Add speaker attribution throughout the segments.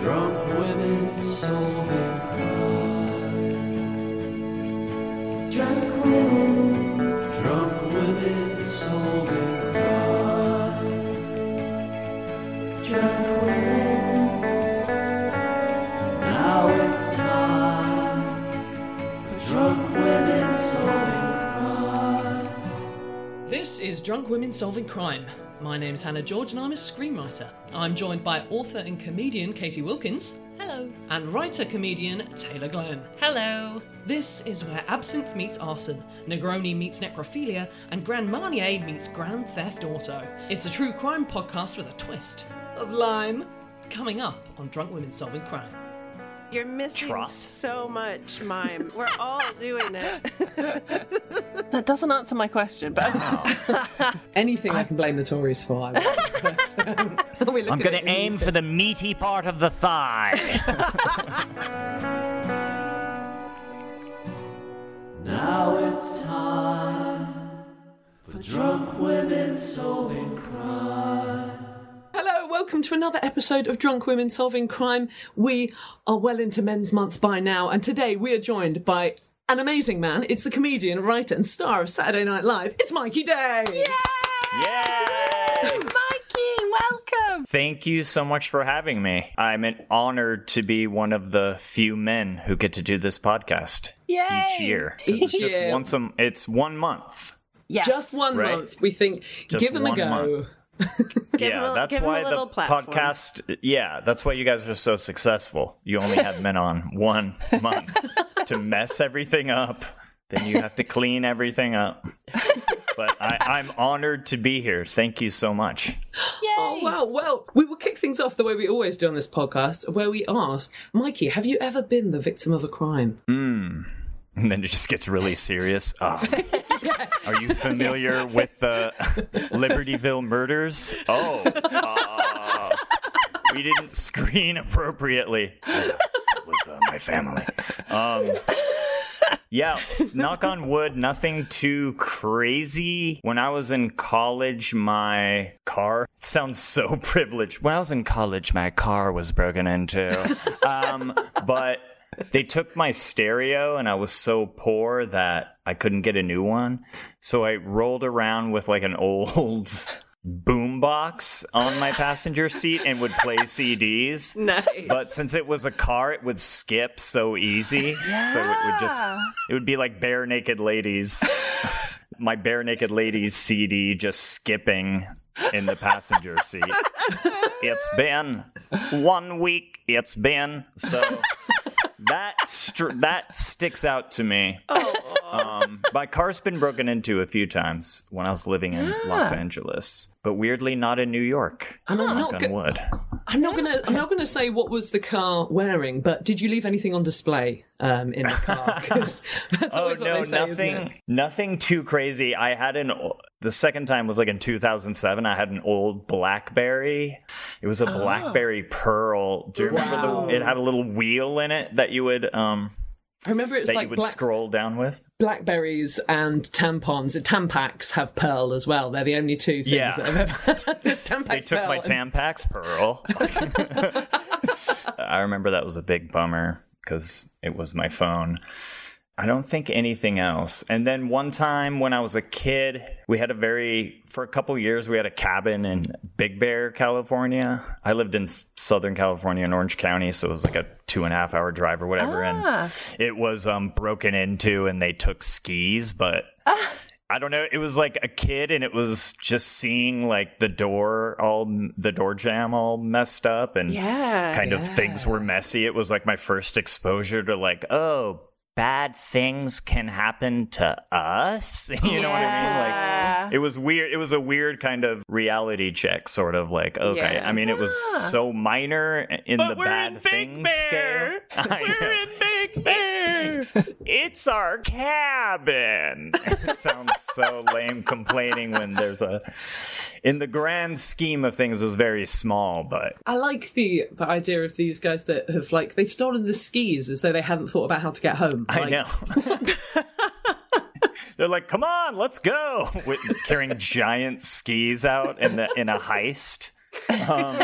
Speaker 1: Drunk women solving
Speaker 2: Drunk women,
Speaker 1: Drunk women solving crime.
Speaker 2: drunk women,
Speaker 1: Now it's time for drunk women solving crime.
Speaker 3: This is Drunk Women Solving Crime. My name's Hannah George and I'm a screenwriter. I'm joined by author and comedian Katie Wilkins. Hello. And writer comedian Taylor Glenn.
Speaker 4: Hello.
Speaker 3: This is where absinthe meets arson, Negroni meets necrophilia, and Grand Marnier meets Grand Theft Auto. It's a true crime podcast with a twist of lime. Coming up on Drunk Women Solving Crime.
Speaker 4: You're missing so much, mime. We're all doing it.
Speaker 5: That doesn't answer my question, but
Speaker 6: Anything I can blame the Tories for, I will. We look
Speaker 7: I'm
Speaker 6: at
Speaker 7: going
Speaker 6: it
Speaker 7: to aim
Speaker 6: and-
Speaker 7: for the meaty part of the thigh.
Speaker 1: Now it's time for drunk women solving crime.
Speaker 6: Hello, welcome to another episode of Drunk Women Solving Crime. We are well into Men's Month by now, and today we are joined by an amazing man. It's the comedian, writer, and star of Saturday Night Live. It's Mikey Day.
Speaker 7: Yay!
Speaker 5: Mikey, welcome.
Speaker 7: Thank you so much for having me. I'm an honored to be one of the few men who get to do this podcast each year. It's
Speaker 6: Each
Speaker 7: just
Speaker 6: year.
Speaker 7: once a, it's one month.
Speaker 5: Yes.
Speaker 6: Just one
Speaker 7: Right.
Speaker 6: month, we think.
Speaker 7: Just
Speaker 6: give them a
Speaker 7: one
Speaker 6: go.
Speaker 7: month.
Speaker 4: him
Speaker 7: yeah,
Speaker 4: a-
Speaker 7: that's
Speaker 4: give him a
Speaker 7: why the
Speaker 4: little platform.
Speaker 7: podcast. Yeah, that's why you guys are so successful. You only have men on one month to mess everything up. Then you have to clean everything up. But I, I'm honored to be here. Thank you so much.
Speaker 6: Oh, wow. Well, we will kick things off the way we always do on this podcast, where we ask, Mikey, have you ever been the victim of a crime?
Speaker 7: and then it just gets really serious. Oh. Are you familiar with the Libertyville murders? Oh, uh, we didn't screen appropriately. It was uh, my family. Um, yeah, knock on wood, nothing too crazy. When I was in college, my car it sounds so privileged. When I was in college, my car was broken into. Um, but they took my stereo, and I was so poor that I couldn't get a new one. So I rolled around with like an old boombox on my passenger seat and would play CDs.
Speaker 4: Nice.
Speaker 7: But since it was a car, it would skip so easy. So it would just it would be like bare naked ladies. my bare naked ladies CD just skipping in the passenger seat. it's been one week. It's been so that str- that sticks out to me. Um, my car's been broken into a few times when I was living in Los Angeles, but weirdly not in New York.
Speaker 6: And I'm not
Speaker 7: Knock
Speaker 6: go-
Speaker 7: Ah. on wood.
Speaker 6: I'm not gonna. I'm not gonna say what was the car wearing, but did you leave anything on display um, in the car? 'Cause that's
Speaker 7: Oh
Speaker 6: always what
Speaker 7: no,
Speaker 6: they say,
Speaker 7: nothing,
Speaker 6: isn't it?
Speaker 7: nothing too crazy. I had an o- the second time was like in 2007. I had an old BlackBerry. It was a
Speaker 6: Oh.
Speaker 7: BlackBerry Pearl. Do you remember the? It had a little wheel in it that you would um
Speaker 6: I remember it's
Speaker 7: that
Speaker 6: like
Speaker 7: you would
Speaker 6: black,
Speaker 7: scroll down with.
Speaker 6: blackberries and tampons. Uh, Tampax have pearl as well. They're the only two things
Speaker 7: Yeah.
Speaker 6: that I've ever had. There's Tampax
Speaker 7: They took
Speaker 6: pearl
Speaker 7: my
Speaker 6: and-
Speaker 7: Tampax Pearl. I remember that was a big bummer because it was my phone. I don't think anything else. And then one time when I was a kid, we had a very, for a couple years, we had a cabin in Big Bear, California. I lived in s- Southern California in Orange County, so it was like a two and a half hour drive or whatever. And it was um, broken into and they took skis, but
Speaker 4: Ah.
Speaker 7: I don't know. It was like a kid, and it was just seeing like the door all the door jam all messed up, and
Speaker 4: Yeah.
Speaker 7: kind of things were messy. It was like my first exposure to like, oh, bad things can happen to us. you know what I mean? Like it was weird. It was a weird kind of reality check, sort of like okay.
Speaker 4: Yeah.
Speaker 7: I mean, it was so minor in the bad things scale. I know.
Speaker 4: Big Bear.
Speaker 7: It's our cabin. it sounds so lame complaining when there's a. In the grand scheme of things, it was very small, but
Speaker 6: I like the, the idea of these guys that have like they've stolen the skis as though they haven't thought about how to get home.
Speaker 7: I
Speaker 6: Like,
Speaker 7: know. They're like, come on, let's go. With carrying giant skis out in, the, in a heist. Um,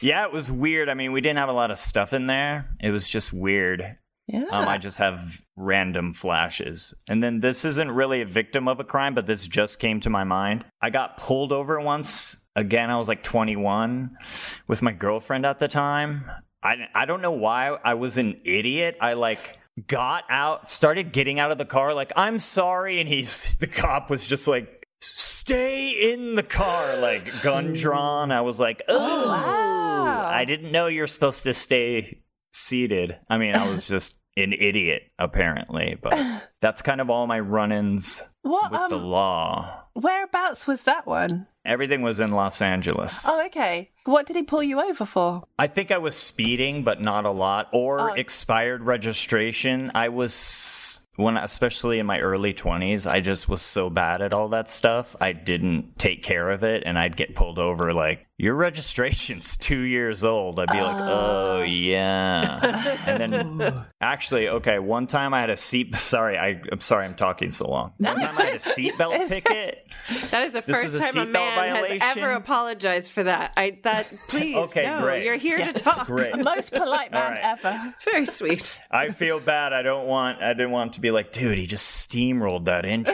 Speaker 7: yeah, it was weird. I mean, we didn't have a lot of stuff in there, it was just weird.
Speaker 4: Yeah.
Speaker 7: Um, I just have random flashes. And then this isn't really a victim of a crime, but this just came to my mind. I got pulled over once. Again, I was like 21 with my girlfriend at the time. I, I don't know why I was an idiot. I like got out, started getting out of the car, like, I'm sorry. And he's, the cop was just like, stay in the car, like gun drawn. I was like, oh, I didn't know you're supposed to stay seated. I mean, I was just an idiot apparently, but that's kind of all my run-ins
Speaker 8: What?
Speaker 7: with the
Speaker 8: Um,
Speaker 7: law.
Speaker 8: whereabouts was that one?
Speaker 7: Everything was in Los Angeles.
Speaker 8: Oh, okay. What did he pull you over for?
Speaker 7: I think I was speeding, but not a lot, or expired registration. I was when, especially in my early twenties, I just was so bad at all that stuff. I didn't take care of it, and I'd get pulled over like, "Your registration's two years old." I'd be like, "Oh yeah," and then actually, okay, one time I had a seat. Sorry, I, I'm sorry, I'm talking so long. One time I had a seatbelt ticket.
Speaker 4: That is the
Speaker 7: This
Speaker 4: first
Speaker 7: is a
Speaker 4: time a
Speaker 7: seatbelt
Speaker 4: man has
Speaker 7: violation?
Speaker 4: ever apologized for that. I that please
Speaker 7: Okay,
Speaker 4: no,
Speaker 7: great.
Speaker 4: you're here to talk.
Speaker 7: Great.
Speaker 8: Most polite man
Speaker 7: right.
Speaker 8: ever.
Speaker 4: Very sweet.
Speaker 7: I feel bad. I don't want. I didn't want to be like, dude. He just steamrolled that intro.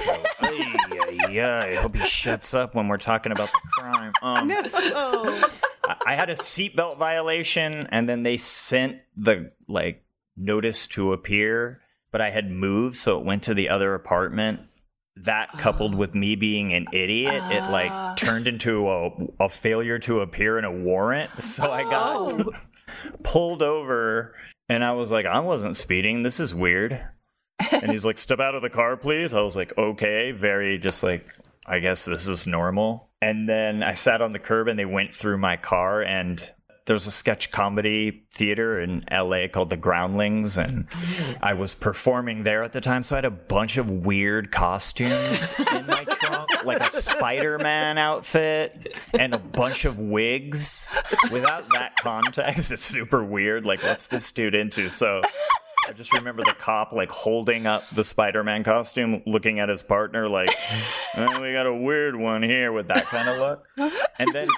Speaker 7: Yeah, I hope he shuts up when we're talking about the crime. Um,
Speaker 4: Oh.
Speaker 7: I- I had a seatbelt violation, and then they sent the like notice to appear, but I had moved, so it went to the other apartment. That coupled with me being an idiot, it like turned into a, a failure to appear in a warrant. So I got pulled over, and I was like, I wasn't speeding. This is weird. And he's like, Step out of the car, please. I was like, Okay, very just like, I guess this is normal. And then I sat on the curb and they went through my car and there's a sketch comedy theater in LA called The Groundlings and I was performing there at the time so I had a bunch of weird costumes in my trunk like a Spider-Man outfit and a bunch of wigs without that context it's super weird like what's this dude into so I just remember the cop like holding up the Spider-Man costume, looking at his partner like, "Oh, "We got a weird one here with that kind of look." And then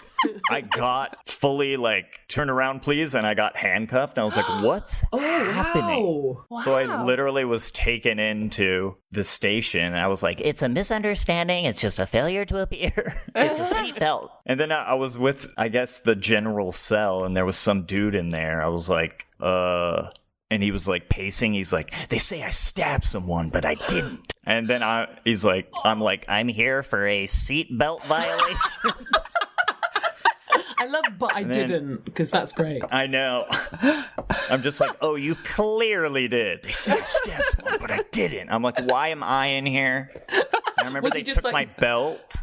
Speaker 7: I got fully like, "Turn around, please!" And I got handcuffed, and I was like, "What's
Speaker 6: oh,
Speaker 7: happening?" So I literally was taken into the station. And I was like,
Speaker 9: It's a misunderstanding. It's just a failure to appear. it's a seatbelt.
Speaker 7: And then I, I was with, I guess, the general cell, and there was some dude in there. I was like, uh, and he was like pacing. He's like, they say I stabbed someone, but I didn't. And then I, he's like, I'm like, I'm here for a seatbelt violation.
Speaker 6: I love, but I
Speaker 7: And then-
Speaker 6: didn't because that's great.
Speaker 7: I know. I'm just like, oh, you clearly did. They said I stabbed someone, but I didn't. I'm like, why am I in here? I remember
Speaker 6: Was
Speaker 7: they
Speaker 6: he just like-
Speaker 7: took my belt.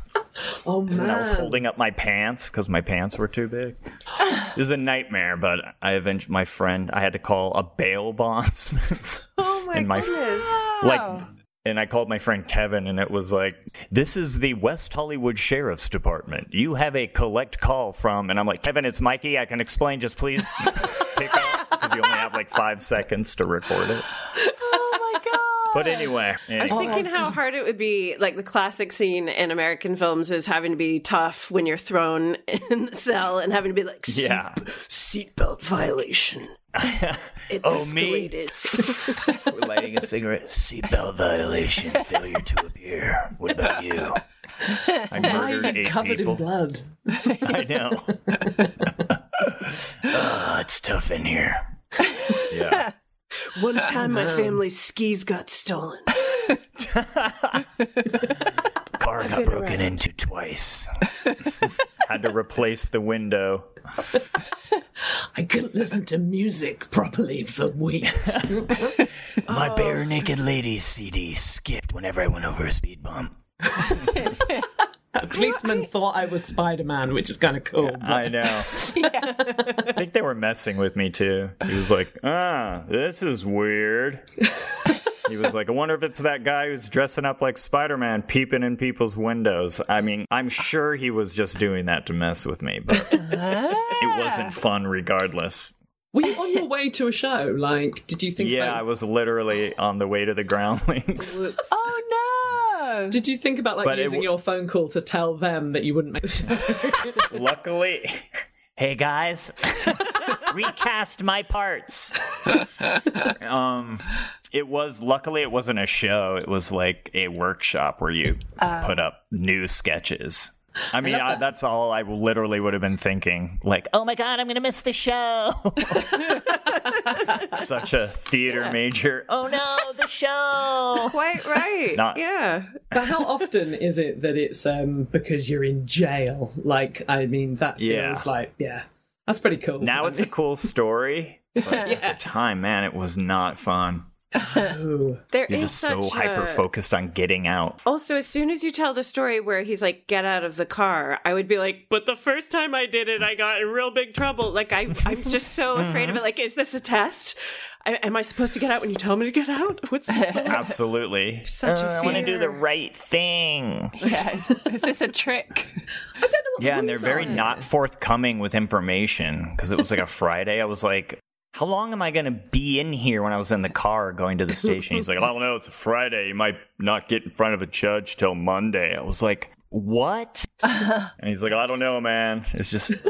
Speaker 6: Oh man,
Speaker 7: and I was holding up my pants because my pants were too big. it was a nightmare, but I avenged my friend. I had to call a bail bondsman.
Speaker 4: Oh my,
Speaker 7: And my-
Speaker 4: goodness.
Speaker 7: like, and I called my friend Kevin, and it was like, "This is the West Hollywood Sheriff's Department. You have a collect call from." And I'm like, "Kevin, it's Mikey. I can explain. Just please pick up because you only have like five seconds to record it."
Speaker 4: Oh my god.
Speaker 7: But anyway,
Speaker 4: I was
Speaker 7: anyway.
Speaker 4: thinking how hard it would be, like the classic scene in American films is having to be tough when you're thrown in the cell and having to be like, "Seat-
Speaker 7: yeah.
Speaker 4: seatbelt violation. It
Speaker 7: Oh, me?
Speaker 4: escalated.
Speaker 7: We're lighting a cigarette. Seatbelt violation. Failure to appear. What about you? I
Speaker 6: Why are
Speaker 7: murdered
Speaker 6: you
Speaker 7: eight
Speaker 6: covered
Speaker 7: eh, people.
Speaker 6: in blood?
Speaker 7: I know. uh, it's tough in here. Yeah.
Speaker 4: One time my family's skis got stolen.
Speaker 7: Car got broken into twice. Had to replace the window.
Speaker 6: I couldn't listen to music properly for weeks.
Speaker 7: My
Speaker 4: Oh.
Speaker 7: bare naked ladies CD skipped whenever I went over a speed bump.
Speaker 6: A policeman thought I was Spider Man, which is kind of cool. but-
Speaker 7: I know. I think they were messing with me too. He was like, ah, this is weird. He was like, I wonder if it's that guy who's dressing up like Spider Man peeping in people's windows. I mean, I'm sure he was just doing that to mess with me, but it wasn't fun regardless.
Speaker 6: Were you on your way to a show? Like, did you think?
Speaker 7: Yeah,
Speaker 6: about,
Speaker 7: I was literally on the way to the groundlings.
Speaker 8: Oh no!
Speaker 6: Did you think about like
Speaker 7: But it
Speaker 6: using
Speaker 7: w-
Speaker 6: your phone call to tell them that you wouldn't make the show?
Speaker 7: Luckily,
Speaker 9: Hey guys, recast my parts.
Speaker 7: um it was luckily it wasn't a show it was like a workshop where you put up new sketches i mean I that's all i literally would have been thinking like
Speaker 9: Oh my god, I'm gonna miss the show.
Speaker 7: such a theater major
Speaker 9: Oh no, the show.
Speaker 4: Quite right.
Speaker 7: Not-
Speaker 4: yeah.
Speaker 6: but how often is it that it's um because you're in jail? Like, I mean, that feels
Speaker 7: Yeah.
Speaker 6: like yeah, that's pretty cool.
Speaker 7: now
Speaker 6: I
Speaker 7: it's a cool story but at the time man it was not fun
Speaker 6: mean,
Speaker 4: There
Speaker 7: you're
Speaker 4: is
Speaker 7: just so
Speaker 4: such a-
Speaker 7: hyper focused on getting out
Speaker 4: Also, as soon as you tell the story where he's like, get out of the car, I would be like, but the first time I did it, I got in real big trouble. Like, I, I'm just so afraid of it. Like, is this a test? I, am I supposed to get out when you tell me to get out? What's the
Speaker 7: absolutely
Speaker 4: such
Speaker 9: Uh, I
Speaker 4: a
Speaker 9: want
Speaker 4: fear?
Speaker 9: to do the right thing.
Speaker 8: Yeah. Is this a trick?
Speaker 7: Yeah, and they're very not forthcoming with information because it was like a Friday. I was like, how long am I going to be in here when I was in the car going to the station? He's like, I don't know. It's a Friday. You might not get in front of a judge till Monday. I was like, what? and he's like, I don't know, man. It's just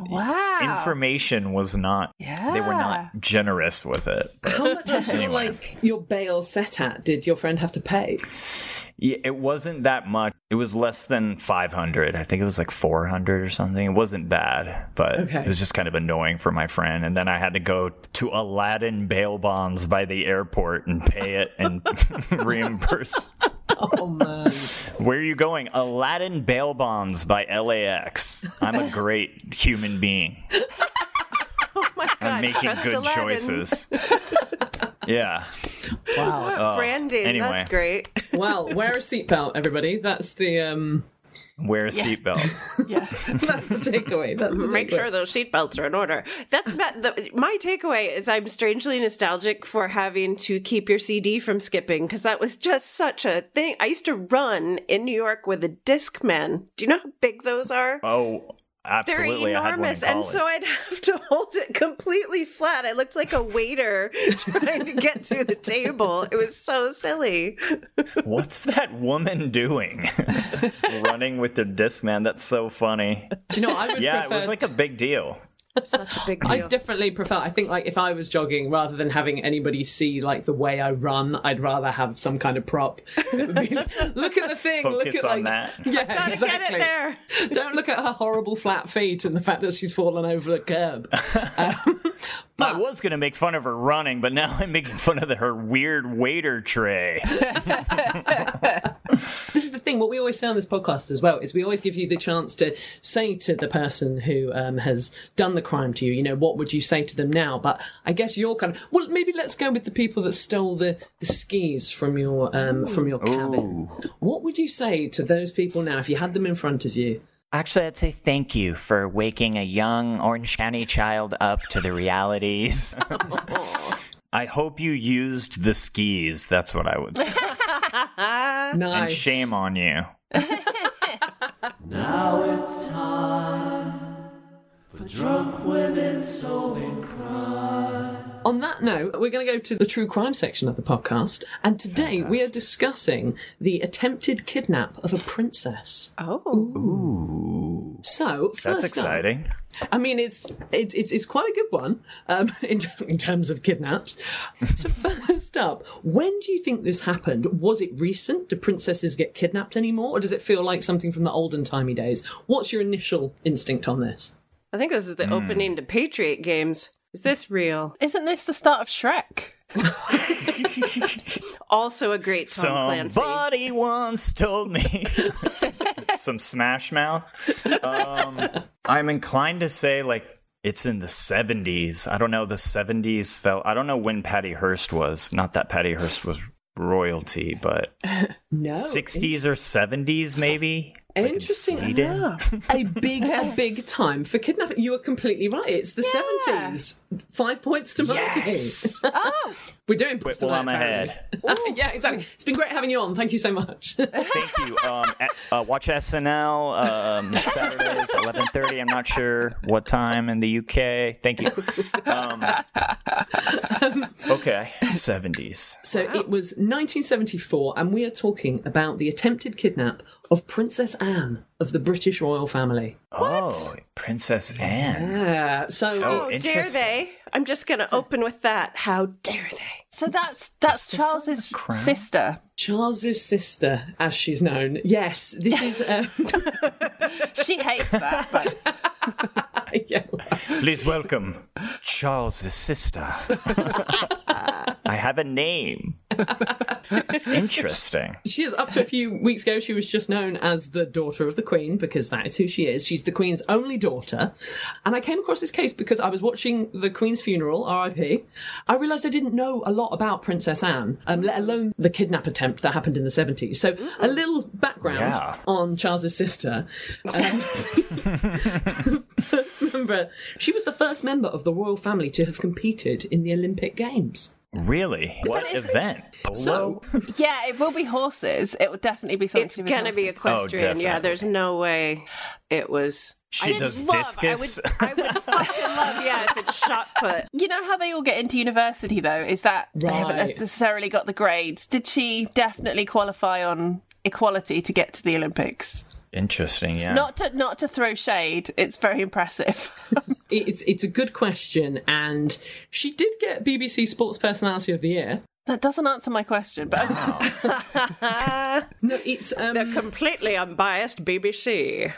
Speaker 8: Wow.
Speaker 7: information was not,
Speaker 8: yeah.
Speaker 7: they were not generous with it. But
Speaker 6: how much of your
Speaker 7: Anyway.
Speaker 6: like your bail set at did your friend have to pay?
Speaker 7: yeah, it wasn't that much. It was less than 500. I think it was like 400 or something. It wasn't bad, but
Speaker 6: Okay.
Speaker 7: it was just kind of annoying for my friend. And then I had to go to Aladdin bail bonds by the airport and pay it and reimburse.
Speaker 6: Oh man.
Speaker 7: Where are you going? Aladdin bail bonds by LAX. I'm a great human being.
Speaker 4: Oh my God.
Speaker 7: I'm making
Speaker 4: trust
Speaker 7: good
Speaker 4: Aladdin.
Speaker 7: choices. yeah.
Speaker 6: wow.
Speaker 4: What branding.
Speaker 7: anyway.
Speaker 4: That's great.
Speaker 6: Well, wear a seatbelt, everybody. That's the um.
Speaker 7: Wear a seatbelt.
Speaker 6: That's the takeaway. That's the
Speaker 4: Make
Speaker 6: takeaway.
Speaker 4: sure those seatbelts are in order. That's ma- the, my takeaway is I'm strangely nostalgic for having to keep your CD from skipping because that was just such a thing. I used to run in New York with a Discman. Do you know how big those are?
Speaker 7: Oh, absolutely.
Speaker 4: They're
Speaker 7: I had one in
Speaker 4: enormous, and so
Speaker 7: college.
Speaker 4: I'd have to hold it completely flat. I looked like a waiter trying to get to the table. It was so silly.
Speaker 7: What's that woman doing? Running with the disc man. That's so funny.
Speaker 6: Do you know what I would
Speaker 7: yeah, it
Speaker 6: prefer
Speaker 7: was like a big deal.
Speaker 4: Such a big
Speaker 6: I definitely prefer. I think like if I was jogging, rather than having anybody see like the way I run, I'd rather have some kind of prop. That would be like, look at the thing. look
Speaker 7: Focus
Speaker 6: at
Speaker 7: on
Speaker 6: like,
Speaker 7: that.
Speaker 6: Yeah,
Speaker 4: Gotta get
Speaker 6: exactly.
Speaker 4: it there.
Speaker 6: Don't look at her horrible flat feet and the fact that she's fallen over the curb.
Speaker 7: I was gonna make fun of her running, but now I'm making fun of the, her weird waiter tray.
Speaker 6: this is the thing. What we always say on this podcast as well is we always give you the chance to say to the person who um, has done the crime to you, you know, what would you say to them now? But I guess you're kind of well. Maybe let's go with the people that stole the, the skis from your um, from your cabin. What would you say to those people now if you had them in front of you?
Speaker 9: Actually, I'd say thank you for waking a young Orange County child up to the realities.
Speaker 7: I hope you used the skis. That's what I would say.
Speaker 6: Nice.
Speaker 7: And shame on you.
Speaker 1: Now it's time for drunk women solving crime.
Speaker 6: On that note, we're going to go to the true crime section of the podcast, and today we are discussing the attempted kidnap of a princess.
Speaker 4: Oh,
Speaker 6: So first
Speaker 7: That's
Speaker 6: up-
Speaker 7: exciting.
Speaker 6: I mean, it's it's it's, it's quite a good one um, in, t- in terms of kidnaps. So first up, when do you think this happened? Was it recent? Do princesses get kidnapped anymore, or does it feel like something from the olden timey days? What's your initial instinct on this?
Speaker 4: I think this is the opening
Speaker 7: Hmm.
Speaker 4: to Patriot Games. Is this real?
Speaker 5: Isn't this the start of Shrek?
Speaker 4: Also, a great Tom Clancy.
Speaker 7: Somebody once told me some Smash Mouth. Um, I'm inclined to say like it's in the 70s. I don't know. The 70s felt. I don't know when Patty Hearst was. Not that Patty Hearst was royalty, but
Speaker 6: No,
Speaker 7: 60s or 70s maybe. Like in
Speaker 6: Interesting.
Speaker 7: Sweden.
Speaker 6: a big a big time for kidnapping. You are completely right. It's the seventies. Five points to Marky.
Speaker 7: Yes.
Speaker 6: We're doing points
Speaker 7: Wait, well,
Speaker 6: tonight,
Speaker 7: I'm
Speaker 6: apparently.
Speaker 7: ahead.
Speaker 6: yeah, exactly. It's been great having you on. Thank you so much.
Speaker 7: Thank you. Um, at- uh, watch SNL um, Saturdays eleven thirty. I'm not sure what time in the UK. Thank you. Um, okay, seventies.
Speaker 6: So it was 1974, and we are talking about the attempted kidnap of Princess Anne of the British royal family.
Speaker 7: Oh, Princess Anne. Oh,
Speaker 6: Yeah. So
Speaker 4: How dare
Speaker 7: interesting.
Speaker 4: Oh, they? I'm just going to open with that. How dare they?
Speaker 5: So that's that's Charles's sister.
Speaker 6: Charles's sister, as she's known. Yes, this is. Um,
Speaker 5: She hates that. But
Speaker 6: yeah.
Speaker 7: Please welcome Charles's sister. I have a name. Interesting.
Speaker 6: She is up to a few weeks ago. She was just known as the daughter of the Queen because that is who she is. She's the Queen's only daughter. And I came across this case because I was watching the Queen's funeral, RIP. I realised I didn't know a lot about Princess Anne, um, let alone the kidnap attempt that happened in the 70s. So a little background
Speaker 7: Yeah.
Speaker 6: on Charles's sister. Um, first member, she was the first member of the royal family to have competed in the Olympic Games.
Speaker 7: Really? What event? Polo?
Speaker 6: So-
Speaker 5: yeah, it will be horses. It will definitely be something
Speaker 4: It's
Speaker 5: to do with
Speaker 4: going to be
Speaker 5: horses.
Speaker 4: equestrian. yeah,
Speaker 7: Oh, definitely.
Speaker 4: there's no way it was.
Speaker 7: She
Speaker 4: I
Speaker 7: does
Speaker 4: love,
Speaker 7: discus.
Speaker 4: I would, I would fucking love, yeah, if it's shot put.
Speaker 5: You know how they all get into university though is that they haven't
Speaker 6: Right.
Speaker 5: necessarily got the grades. Did she definitely qualify on equality to get to the Olympics?
Speaker 7: Interesting. Yeah.
Speaker 5: Not to not to throw shade. It's very impressive.
Speaker 6: It's it's a good question, and she did get BBC Sports Personality of the Year.
Speaker 5: that doesn't answer my question, but
Speaker 6: No, it's um,
Speaker 4: They're completely unbiased BBC.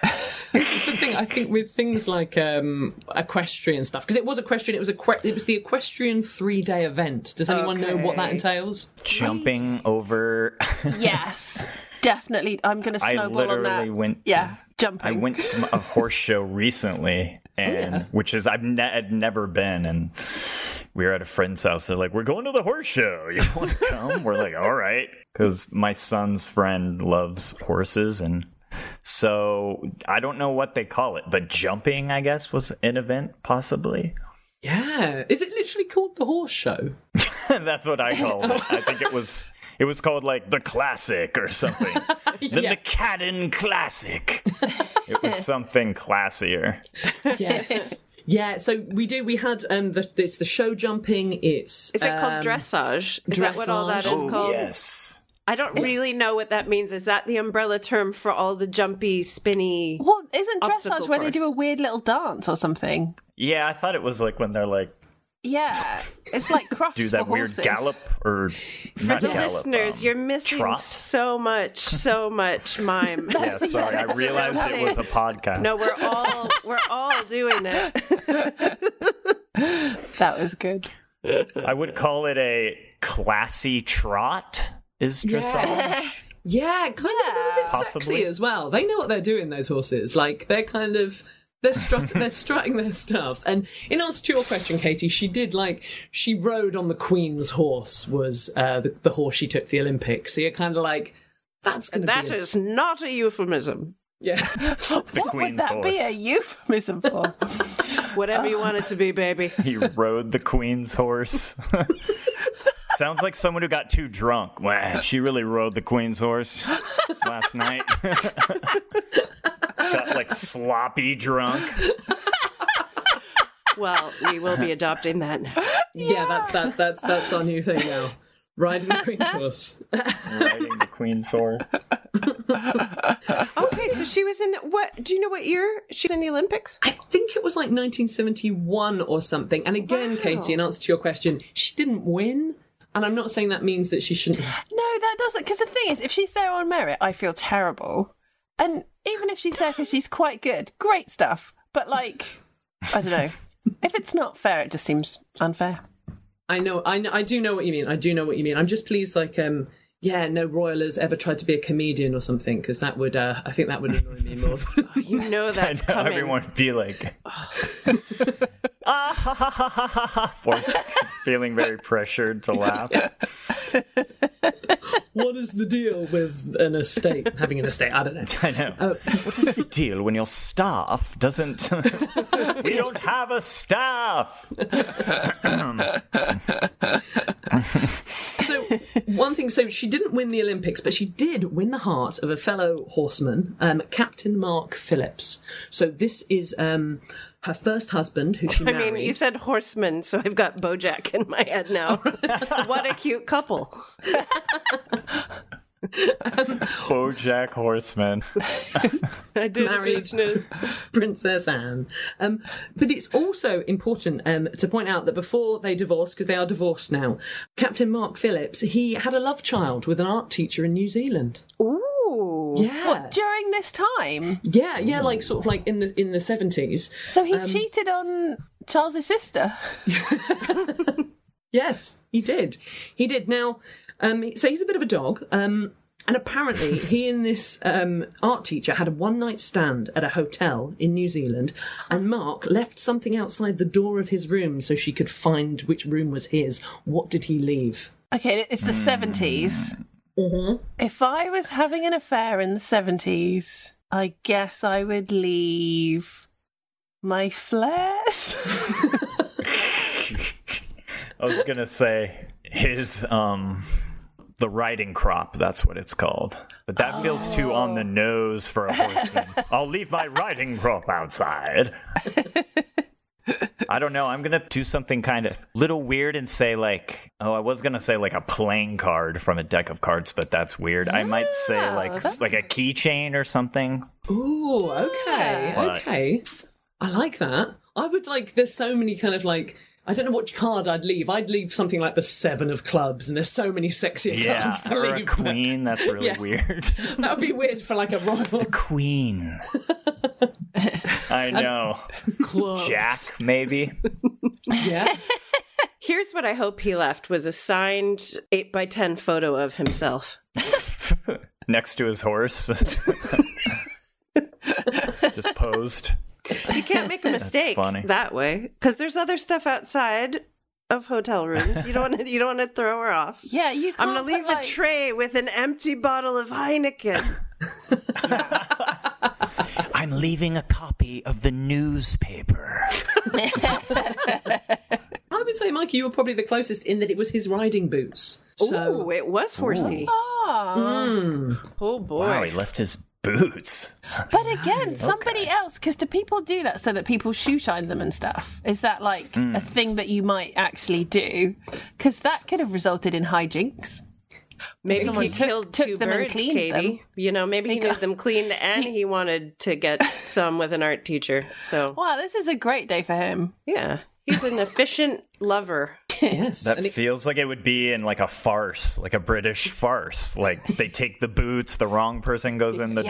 Speaker 6: this is the thing I think with things like um, equestrian stuff because it was equestrian. It was a que- it was the equestrian three day event. Does anyone know what that entails?
Speaker 7: Jumping over.
Speaker 5: yes, definitely. I'm going to
Speaker 7: I
Speaker 5: snowball on that.
Speaker 7: literally went.
Speaker 5: yeah, jumping.
Speaker 7: I went to a horse show recently,
Speaker 5: Oh,
Speaker 7: and which is I've ne- had never been, and we were at a friend's house. They're like, "We're going to the horse show. You want to come?" we're like, "All right," because my son's friend loves horses, and so I don't know what they call it, but jumping, I guess, was an event possibly.
Speaker 6: Yeah, is it literally called the horse show?
Speaker 7: That's what I called it. I think it was. It was called like the classic or something. The
Speaker 6: Yeah.
Speaker 7: McCadden Classic. It was something classier.
Speaker 6: yes. Yeah, so we do. We had um, the, it's the show jumping. It's
Speaker 4: Is it
Speaker 6: um,
Speaker 4: called dressage? Is that what all that is
Speaker 7: Oh,
Speaker 4: called?
Speaker 7: yes.
Speaker 4: I don't really know what that means. Is that the umbrella term for all the jumpy, spinny?
Speaker 5: Well, isn't dressage
Speaker 4: Obstacle
Speaker 5: when they do a
Speaker 4: course.
Speaker 5: weird little dance or something?
Speaker 7: Yeah, I thought it was like when they're like,
Speaker 5: Yeah, it's like crofts
Speaker 7: do that
Speaker 5: for
Speaker 7: weird
Speaker 5: horses.
Speaker 7: gallop or
Speaker 4: For
Speaker 7: not
Speaker 4: the
Speaker 7: gallop,
Speaker 4: listeners,
Speaker 7: um,
Speaker 4: you're missing
Speaker 7: trot.
Speaker 4: so much, so much mime.
Speaker 7: Yeah, sorry, I realized it was a podcast.
Speaker 4: No, we're all we're all doing it.
Speaker 5: That was good.
Speaker 7: I would call it a classy trot. Is dressage?
Speaker 6: Yes. Yeah, kind of a little bit
Speaker 7: Possibly.
Speaker 6: sexy as well. They know what they're doing. Those horses, like they're kind of they're strutting, they're strutting their stuff. And in answer to your question, Katie, she did like she rode on the Queen's horse was uh, the, the horse she took to the Olympics. So you're kind of like that's gonna
Speaker 4: That
Speaker 6: be a-
Speaker 4: is not a euphemism.
Speaker 6: yeah.
Speaker 7: The
Speaker 5: what
Speaker 7: queen's
Speaker 5: would that be a
Speaker 7: horse.
Speaker 5: euphemism for?
Speaker 4: Whatever you want it to be, baby.
Speaker 7: He rode the queen's horse. Sounds like someone who got too drunk. Wow, she really rode the queen's horse last night. got like sloppy drunk.
Speaker 4: Well, we will be adopting that now.
Speaker 6: yeah, that's that, that's that's our new thing now. Riding the Queen's horse.
Speaker 7: Riding the queen's horse.
Speaker 4: Okay, so she was in the, what? Do you know what year she was in the Olympics?
Speaker 6: I think it was like 1971 or something. And again, Katie, in answer to your question, she didn't win. And I'm not saying that means that she shouldn't.
Speaker 5: No, that doesn't. Because the thing is, if she's there on merit, I feel terrible. And even if she's there because she's quite good, great stuff. But like, I don't know. If it's not fair, it just seems unfair.
Speaker 6: I know, I know, I do know what you mean. I do know what you mean. I'm just pleased, like, um, yeah, no royal has ever tried to be a comedian or something because that would, uh, I think that would annoy me more.
Speaker 4: You know that's
Speaker 7: I know
Speaker 4: coming.
Speaker 7: everyone would be like, ah, ha, ha, ha, ha, ha, ha, forced, feeling very pressured to laugh.
Speaker 6: what is the deal with an estate? Having an estate, I don't know.
Speaker 7: I know.
Speaker 4: Oh.
Speaker 7: What is the deal when your staff doesn't? we don't have a staff.
Speaker 6: So one thing, so she didn't win the Olympics, but she did win the heart of a fellow horseman, um, Captain Mark Phillips. So this is um, her first husband, who she
Speaker 4: I
Speaker 6: married.
Speaker 4: mean, you said horseman, so I've got BoJack in my head now. what a cute couple!
Speaker 7: BoJack Oh, Horseman.
Speaker 4: I did
Speaker 6: Married.
Speaker 4: business.
Speaker 6: Princess Anne. Um, but it's also important um, to point out that before they divorced, because they are divorced now, Captain Mark Phillips he had a love child with an art teacher in New Zealand.
Speaker 4: Ooh,
Speaker 6: Yeah,
Speaker 5: During this time,
Speaker 6: yeah, yeah, like sort of like in the in the seventies.
Speaker 5: so
Speaker 4: Um,
Speaker 5: he cheated on Charles's sister.
Speaker 6: Yes, he did. He did. Now, um, so he's a bit of a dog. Um, and apparently, he and this um, art teacher had a one night stand at a hotel in New Zealand. And Mark left something outside the door of his room so she could find which room was his. What did he leave?
Speaker 5: Okay, it's the seventies.
Speaker 4: Mm-hmm.
Speaker 5: If I was having an affair in the seventies, I guess I would leave my flares.
Speaker 7: I was gonna say his um the riding crop. That's what it's called. But that feels too on
Speaker 5: Oh.
Speaker 7: the nose for a horseman. I'll leave my riding crop outside. I don't know. I'm gonna do something kind of little weird and say like, oh, I was gonna say like a playing card from a deck of cards, but that's weird. I might say
Speaker 5: Yeah,
Speaker 7: like
Speaker 5: that's-
Speaker 7: like a keychain or something.
Speaker 6: Ooh, okay,
Speaker 7: What?
Speaker 6: okay. I like that. I would like. There's so many kind of like. I don't know what card I'd leave. I'd leave something like the seven of clubs, and there's so many sexier
Speaker 7: Yeah,
Speaker 6: cards to
Speaker 7: or a
Speaker 6: leave.
Speaker 7: queen. That's really weird.
Speaker 6: That would be weird for like a royal
Speaker 7: Queen. I know.
Speaker 6: club.
Speaker 7: Jack, maybe.
Speaker 6: Yeah.
Speaker 4: Here's what I hope he left was a signed 8 by 10 photo of himself.
Speaker 7: next to his horse. Just posed.
Speaker 4: You can't make a mistake
Speaker 7: funny.
Speaker 4: that way cuz there's other stuff outside of hotel rooms. You don't want to, you don't want to throw her off.
Speaker 5: yeah, you. Can't
Speaker 4: I'm going
Speaker 5: put,
Speaker 4: to leave
Speaker 5: like-
Speaker 4: a tray with an empty bottle of Heineken.
Speaker 9: I'm leaving a copy of the newspaper.
Speaker 6: I would say, Mikey, you were probably the closest in that it was his riding boots. So
Speaker 4: Ooh, it was horsey.
Speaker 5: Ah.
Speaker 4: Oh boy.
Speaker 9: Wow, he left his
Speaker 7: boots.
Speaker 5: But again, somebody else, because do people do that so that people shoe shine them and stuff? Is that like
Speaker 7: Mm.
Speaker 5: a thing that you might actually do? Because that could have resulted in hijinks.
Speaker 4: Maybe
Speaker 5: Someone
Speaker 4: he
Speaker 5: took-
Speaker 4: killed
Speaker 5: took
Speaker 4: two
Speaker 5: them and
Speaker 4: birds,
Speaker 5: cleaned
Speaker 4: Katie.
Speaker 5: them.
Speaker 4: You know, maybe he, knew them cleaned and he wanted to get some with an art teacher. So,
Speaker 5: Wow, this is a great day for him.
Speaker 4: yeah, he's an efficient lover.
Speaker 6: Yes.
Speaker 7: That feels like it would be in like a farce, like a British farce. Like they take the boots, the wrong person goes in the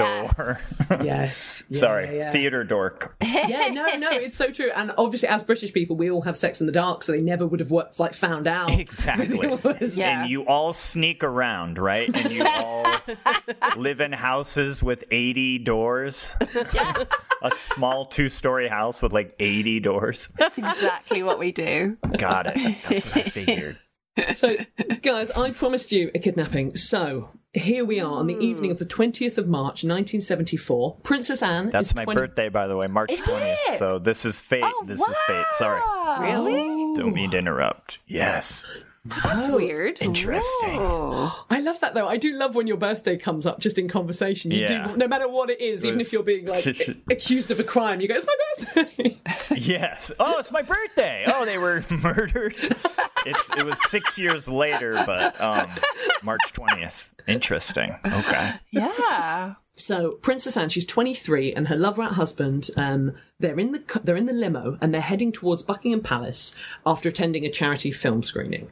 Speaker 7: door.
Speaker 6: yes.
Speaker 7: Sorry,
Speaker 6: yeah.
Speaker 7: theater dork.
Speaker 6: yeah, no, no, it's so true. And obviously, as British people, we all have sex in the dark, so they never would have worked, like found out.
Speaker 7: Exactly.
Speaker 6: Yeah.
Speaker 7: And you all sneak around, right? And you all live in houses with 80 doors. A small two story house with like 80 doors.
Speaker 5: That's exactly what we do.
Speaker 7: Got it. That's what I figured.
Speaker 6: so, guys, I promised you a kidnapping. So here we are on the evening of the twentieth of March, nineteen seventy-four. Princess Anne.
Speaker 7: That's
Speaker 6: is
Speaker 7: my
Speaker 6: 20
Speaker 7: birthday, by the way, March 20th. So Oh, this is fate. this is fate. Sorry.
Speaker 6: Really?
Speaker 7: Don't mean to interrupt. Yes.
Speaker 4: That's weird.
Speaker 7: Interesting.
Speaker 6: I love that though. I do love when your birthday comes up just in conversation. You
Speaker 7: Yeah.
Speaker 6: do, no matter what it is, even
Speaker 7: It was-
Speaker 6: if you're being like accused of a crime, you go, "It's my birthday."
Speaker 7: Yes. Oh, it's my birthday. Oh, they were murdered. It's it was six years later, but um, March twentieth. Interesting. Okay.
Speaker 5: Yeah.
Speaker 6: So Princess Anne, she's 23, and her love rat husband. Um, they're in the cu- they're in the limo, and they're heading towards Buckingham Palace after attending a charity film screening.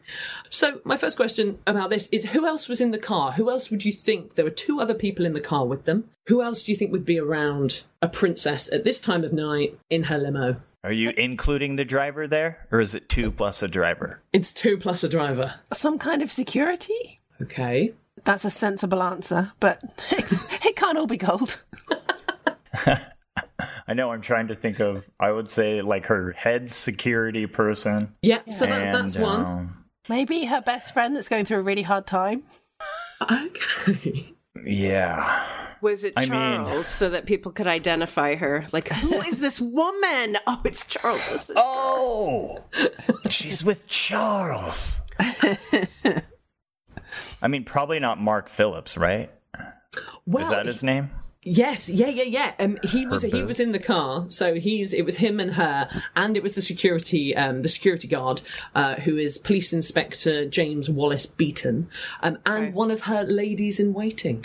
Speaker 6: So my first question about this is: Who else was in the car? Who else would you think there were two other people in the car with them? Who else do you think would be around a princess at this time of night in her limo?
Speaker 7: Are you including the driver there, or is it two plus a driver?
Speaker 6: It's two plus a driver.
Speaker 5: Some kind of security?
Speaker 6: Okay.
Speaker 5: That's a sensible answer, but it can't all be gold.
Speaker 7: I know. I'm trying to think of. I would say like her head security person.
Speaker 6: Yeah. So that, that's
Speaker 7: And,
Speaker 6: one.
Speaker 7: um,
Speaker 5: Maybe her best friend that's going through a really hard time.
Speaker 7: um, yeah.
Speaker 4: Was it
Speaker 7: I mean-
Speaker 4: Charles so that people could identify her? Like, who is this woman? Oh, it's Charles's sister.
Speaker 7: Oh, she's with Charles. I mean, probably not Mark Phillips, right?
Speaker 6: Well,
Speaker 7: is that his name?
Speaker 6: Yes, yeah, yeah, yeah. Um, he was
Speaker 7: Her
Speaker 6: he
Speaker 7: boo.
Speaker 6: was in the car, so he's it was him and her, and it was the security um, the security guard uh, who is police inspector James Wallace Beaton, um, and one of her ladies in waiting.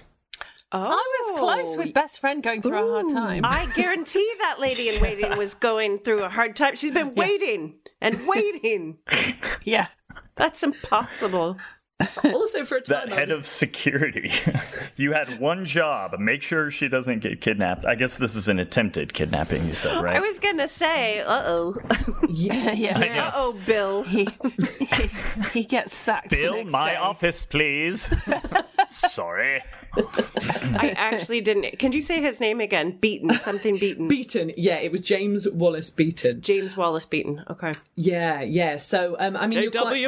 Speaker 5: I was close
Speaker 4: Oh.
Speaker 5: with best friend going through a hard time.
Speaker 4: I guarantee that lady in waiting was going through a hard time. She's been waiting and waiting.
Speaker 5: yeah.
Speaker 4: That's impossible.
Speaker 6: also for a
Speaker 7: That
Speaker 6: time, I
Speaker 7: head
Speaker 6: was-
Speaker 7: of security. you had one job make sure she doesn't get kidnapped. I guess this is an attempted kidnapping, you said, right?
Speaker 4: I was going to say, uh oh.
Speaker 6: yeah,
Speaker 5: yeah.
Speaker 7: I know.
Speaker 4: Uh oh, Bill.
Speaker 5: He, he, he gets sacked. the
Speaker 7: Bill,
Speaker 5: next
Speaker 7: my
Speaker 5: day.
Speaker 7: office, please. Sorry.
Speaker 4: I actually didn't. Can you say his name again? Beaton, something Beaton.
Speaker 6: Beaton, yeah, it was James Wallace Beaton.
Speaker 4: James Wallace Beaton. Okay.
Speaker 6: Yeah, yeah. So um, I mean, you're quite-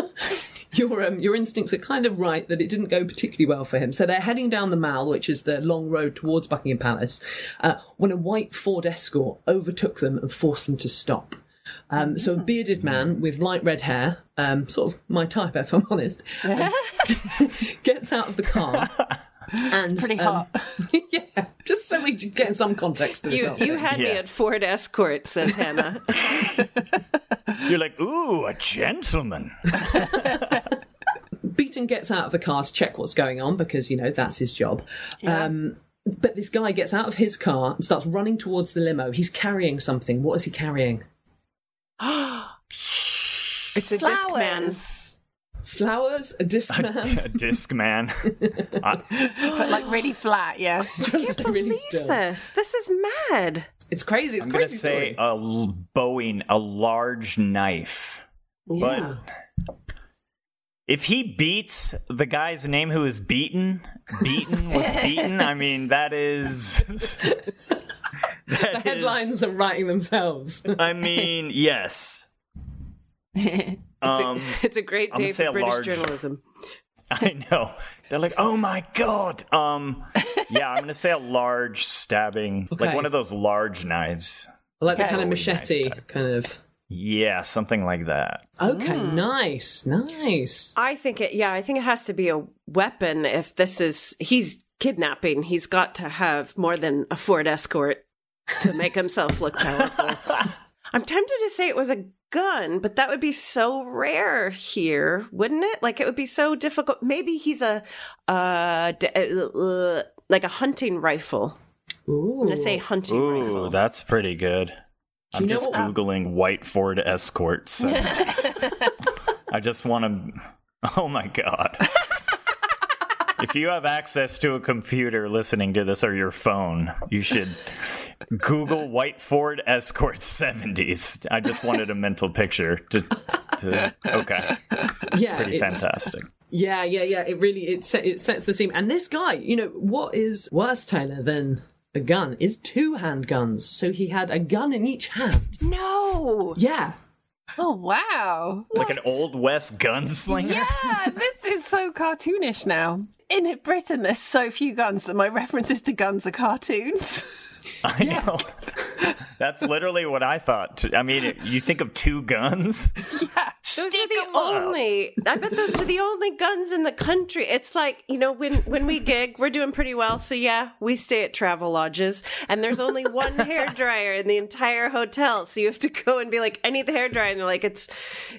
Speaker 6: your um, your instincts are kind of right that it didn't go particularly well for him. So they're heading down the Mall, which is the long road towards Buckingham Palace, uh, when a white Ford escort overtook them and forced them to stop. Um, so a
Speaker 4: Hmm.
Speaker 6: bearded man with light red hair, um, sort of my type if I'm honest, um, gets out of the car. And
Speaker 5: Pretty
Speaker 6: um, yeah, just so we get some context to this.
Speaker 4: You,
Speaker 6: whole
Speaker 4: you
Speaker 6: thing.
Speaker 4: had me
Speaker 7: Yeah.
Speaker 4: at Ford Escort, says Hannah.
Speaker 7: You're like, ooh, a gentleman.
Speaker 6: Beaton gets out of the car to check what's going on because, you know, that's his job. Um, but this guy gets out of his car and starts running towards the limo. He's carrying something. What is he carrying?
Speaker 4: it's a disc man.
Speaker 5: Flowers.
Speaker 6: Flowers, a discman.
Speaker 7: a disc man. I-
Speaker 5: But like really flat, yeah.
Speaker 6: Just really still.
Speaker 4: This. This is mad.
Speaker 6: It's crazy. It's
Speaker 7: I'm going to
Speaker 6: crazy.
Speaker 7: say
Speaker 6: story.
Speaker 7: a l- Boeing, a large knife.
Speaker 6: yeah.
Speaker 7: If he beats the guy's name who was beaten, beaten was beaten, I mean, that is. that is-
Speaker 6: Headlines are writing themselves.
Speaker 7: I mean, yes.
Speaker 4: It's,
Speaker 7: Um,
Speaker 4: a, it's a great
Speaker 7: I'm
Speaker 4: day
Speaker 7: gonna say
Speaker 4: for
Speaker 7: a
Speaker 4: British
Speaker 7: large-
Speaker 4: journalism.
Speaker 7: I know. They're like, oh my god. Um, yeah, I'm gonna say a large stabbing,
Speaker 6: Okay.
Speaker 7: like one of those large knives.
Speaker 6: like the
Speaker 5: Okay.
Speaker 6: kind of
Speaker 7: Bowie
Speaker 6: machete,
Speaker 7: knife type.
Speaker 6: kind of.
Speaker 7: Yeah, something like that.
Speaker 6: Okay,
Speaker 4: Mm.
Speaker 6: nice, nice.
Speaker 4: I think it. Yeah, I think it has to be a weapon. If this is, he's kidnapping, he's got to have more than a Ford escort to make himself look powerful. I'm tempted to say it was a gun, but that would be so rare here, wouldn't it? Like it would be so difficult. Maybe he's a uh, d- uh, like a hunting rifle.
Speaker 6: Ooh.
Speaker 4: I'm gonna say hunting
Speaker 7: Ooh,
Speaker 4: rifle.
Speaker 7: that's pretty good.
Speaker 6: you
Speaker 7: I'm
Speaker 6: know
Speaker 7: just
Speaker 6: what-
Speaker 7: googling white Ford Escort. so- I just want to. Oh my god! if you have access to a computer listening to this or your phone, you should Google white Ford Escort seventies. I just wanted a mental picture. To, to okay,
Speaker 6: yeah,
Speaker 7: pretty
Speaker 6: it's-
Speaker 7: fantastic.
Speaker 6: Yeah, yeah, yeah. It really it set, it sets the scene. And this guy, you know, what is worse, Taylor, than a gun is two handguns. So he had a gun in each hand.
Speaker 4: No.
Speaker 6: Yeah.
Speaker 5: Oh wow!
Speaker 7: Like an old west gunslinger.
Speaker 5: Yeah, this is so cartoonish now. In Britain, there's so few guns that my references to guns are cartoons.
Speaker 7: I know. That's literally what I thought. t- I mean, it- you think of two guns.
Speaker 4: Those are the only. I bet those are the only guns in the country. It's like you know when when we gig, we're doing pretty well. So yeah, we stay at travel lodges, and there's only one hair dryer in the entire hotel. So you have to go and be like, I need the hair dryer, and they're like, it's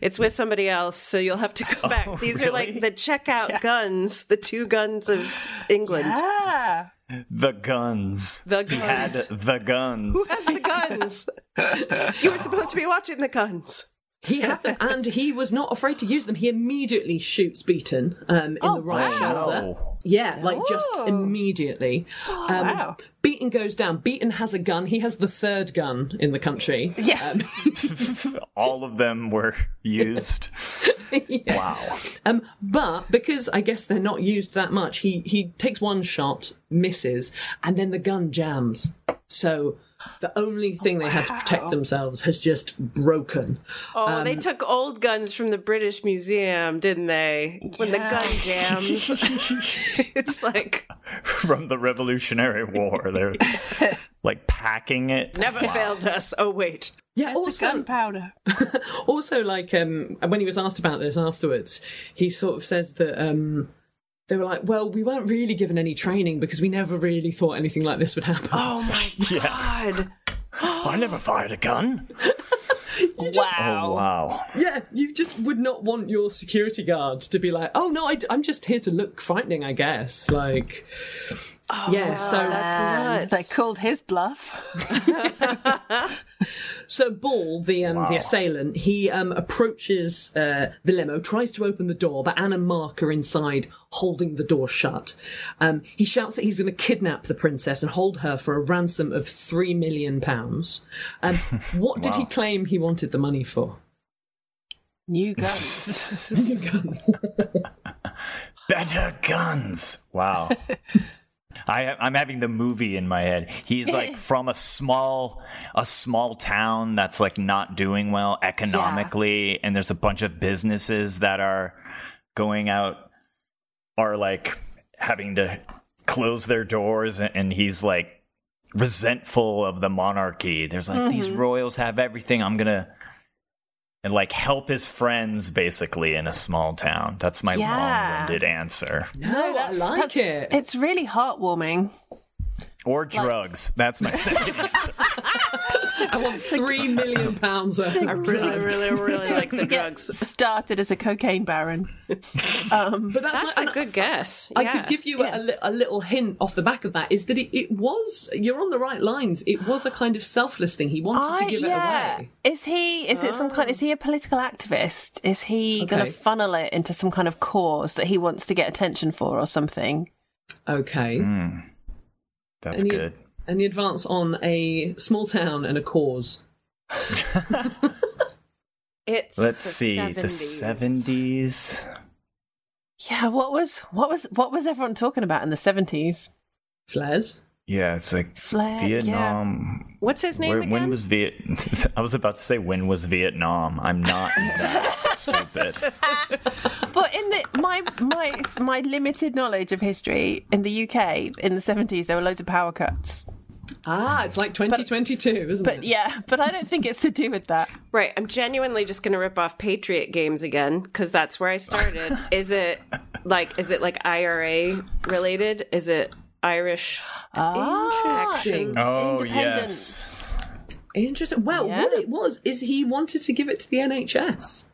Speaker 4: it's with somebody else, so you'll have to go back. These are like the checkout guns, the two guns of England.
Speaker 5: yeah.
Speaker 7: The guns.
Speaker 4: The
Speaker 7: He had
Speaker 4: guns.
Speaker 7: the guns.
Speaker 4: Who has the guns? you were supposed to be watching the guns.
Speaker 6: He had them, and he was not afraid to use them. He immediately shoots Beaton um, in the right shoulder.
Speaker 7: Oh.
Speaker 6: Yeah, like just immediately. Um,
Speaker 5: wow.
Speaker 6: Beaton goes down. Beaton has a gun. He has the third gun in the country.
Speaker 5: Yeah.
Speaker 7: All of them were used. Wow.
Speaker 6: Um, but because I guess they're not used that much, he he takes one shot, misses, and then the gun jams. So the only thing they had to protect themselves has just broken.
Speaker 4: Oh, they took old guns from the British Museum, didn't they? When the gun jams. it's like
Speaker 7: From the Revolutionary War. They're like packing it.
Speaker 4: never failed us. Oh wait.
Speaker 6: Yeah, also,
Speaker 5: Gunpowder.
Speaker 6: also like um, when he was asked about this afterwards, he sort of says that um, they were like, "Well, we weren't really given any training because we never really thought anything like this would happen."
Speaker 4: Oh my god.
Speaker 7: I never fired a gun.
Speaker 5: Wow.
Speaker 7: Oh, wow.
Speaker 6: Yeah, you just would not want your security guard to be like, "Oh no, I, am just here to look frightening, I guess." Like, yeah. so
Speaker 4: uh,
Speaker 5: And they called his bluff.
Speaker 6: so Ball, the um, the assailant, he um, approaches uh, the limo, tries to open the door, but Anna Mark are inside, holding the door shut. Um, he shouts that he's going to kidnap the princess and hold her for a ransom of three million pounds. Um, what did he claim he wanted the money for?
Speaker 5: New guns.
Speaker 7: Better guns. Wow. I, I'm having the movie in my head. He's like from a small, a small town that's like not doing well economically, and there's a bunch of businesses that are going out, are like having to close their doors, and, and he's like resentful of the monarchy. There's like these royals have everything. I'm gonna and like help his friends basically in a small town. That's my
Speaker 5: Yeah.
Speaker 7: long-winded answer.
Speaker 6: No, I like it.
Speaker 5: It's really heartwarming.
Speaker 7: Or drugs. That's my second answer.
Speaker 6: I want three million pounds worth
Speaker 4: I
Speaker 6: of
Speaker 4: really,
Speaker 6: drugs.
Speaker 4: really, really like the
Speaker 5: Get
Speaker 4: drugs.
Speaker 5: started as a cocaine baron. Um,
Speaker 6: But that's,
Speaker 4: That's
Speaker 6: not,
Speaker 4: a good guess.
Speaker 6: I
Speaker 4: yeah.
Speaker 6: could give you a- a, li- a little hint off the back of that is that it, it was you're on the right lines. It was a kind of selfless thing. He wanted to
Speaker 5: I-
Speaker 6: give it away. Oh.
Speaker 5: Is he? Is it some kind? Is he a political activist? Is he going
Speaker 6: Okay.
Speaker 5: to funnel it into some kind of cause that he wants to get attention for or something?
Speaker 6: Okay,
Speaker 7: Hmm. That's
Speaker 6: And you-
Speaker 7: good.
Speaker 6: and the advance on a small town and a cause.
Speaker 4: It's
Speaker 7: Let's
Speaker 4: the
Speaker 7: see.
Speaker 4: 70s.
Speaker 7: The seventies.
Speaker 5: Yeah. What was? What was? What was everyone talking about in the seventies?
Speaker 6: Flares.
Speaker 7: Yeah, it's like
Speaker 5: Flag, yeah.
Speaker 7: Vietnam.
Speaker 4: What's his name
Speaker 7: Where-
Speaker 4: again?
Speaker 7: when was Viet? I was about to say when was Vietnam. I'm not that stupid.
Speaker 5: But in the my my my limited knowledge of history in the UK in the seventies, there were loads of power cuts.
Speaker 6: Ah, it's like 2022, isn't
Speaker 5: But
Speaker 6: it?
Speaker 5: yeah, but I don't think it's to do with that.
Speaker 4: Right, I'm genuinely just going to rip off Patriot games again because that's where I started. is it like is it like IRA related? Is it Irish
Speaker 6: Interesting.
Speaker 4: action.
Speaker 6: Oh,
Speaker 4: yes.
Speaker 6: Interesting. Well, what
Speaker 5: Yeah.
Speaker 6: it was is he wanted to give it to the NHS.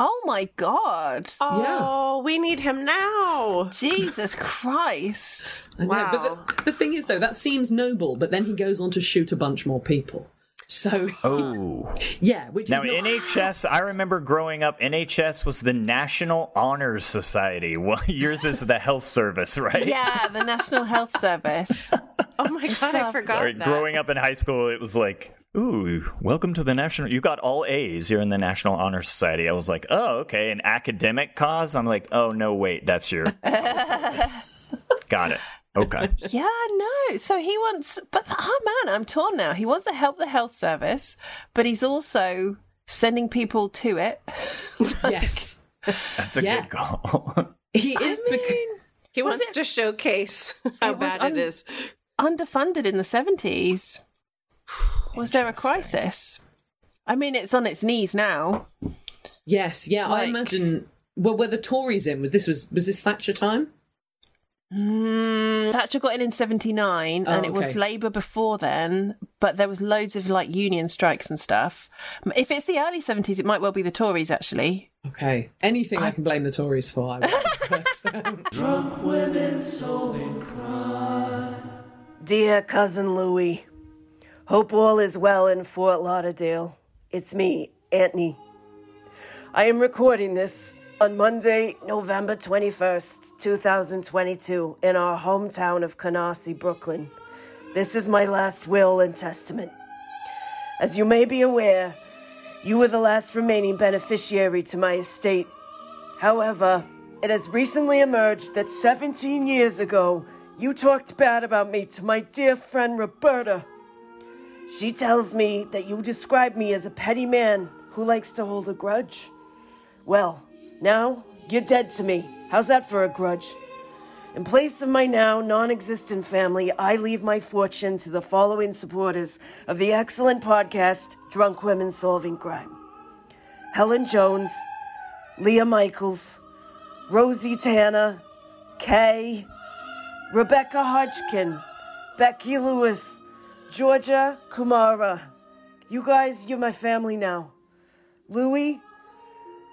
Speaker 5: Oh my god.
Speaker 4: Oh, we need him now. Oh
Speaker 5: Jesus Christ.
Speaker 6: I know,
Speaker 4: Wow.
Speaker 6: But the, the thing is, though, that seems noble, but then he goes on to shoot a bunch more people. So,
Speaker 7: Oh.
Speaker 6: yeah, which
Speaker 7: Now,
Speaker 6: is not-
Speaker 7: NHS, I remember growing up, NHS was the National Honor Society. Well, yours is the health service, right?
Speaker 5: Yeah, the National Health Service.
Speaker 4: Oh my god, I forgot
Speaker 7: Sorry,
Speaker 4: that.
Speaker 7: growing up in high school, it was like, ooh, welcome to the National. You got all A's. You're in the National Honor Society. I was like, oh, okay. An academic cause? I'm like, oh, no, wait. That's your. got it. Okay.
Speaker 5: Yeah, no. So he wants, but oh man, I'm torn now. He wants to help the health service, but he's also sending people to it.
Speaker 6: yes,
Speaker 7: That's a
Speaker 6: Yeah.
Speaker 7: good call.
Speaker 6: he is. bec-
Speaker 4: He
Speaker 5: Was
Speaker 4: wants
Speaker 5: it-
Speaker 4: to showcase how
Speaker 5: It was
Speaker 4: bad
Speaker 5: un-
Speaker 4: it is.
Speaker 5: Underfunded in the 70s. Was there a crisis? I mean, it's on its knees now.
Speaker 6: yes, yeah. I
Speaker 5: Like-
Speaker 6: imagine. Well, were the Tories in? This was was this Thatcher time?
Speaker 5: Mm, Thatcher got in in 79
Speaker 6: Oh,
Speaker 5: and it was
Speaker 6: okay.
Speaker 5: Labour before then, but there was loads of like union strikes and stuff. If it's the early 70s, it might well be the Tories actually.
Speaker 6: Okay, anything I, can blame the Tories for. I would. But, um,
Speaker 1: Drunk women solving crime.
Speaker 10: Dear cousin Louie, hope all is well in Fort Lauderdale. It's me, Antony. I am recording this on Monday, November 21st, 2022, in our hometown of Canarsie, Brooklyn. This is my last will and testament. As you may be aware, you were the last remaining beneficiary to my estate. However, it has recently emerged that 17 years ago, you talked bad about me to my dear friend Roberta. She tells me that you describe me as a petty man who likes to hold a grudge. Well, now you're dead to me. How's that for a grudge? In place of my now non existent family, I leave my fortune to the following supporters of the excellent podcast, Drunk Women Solving Crime Helen Jones, Leah Michaels, Rosie Tanner, Kay, Rebecca Hodgkin, Becky Lewis, Georgia Kumara. You guys, you're my family now. Louie,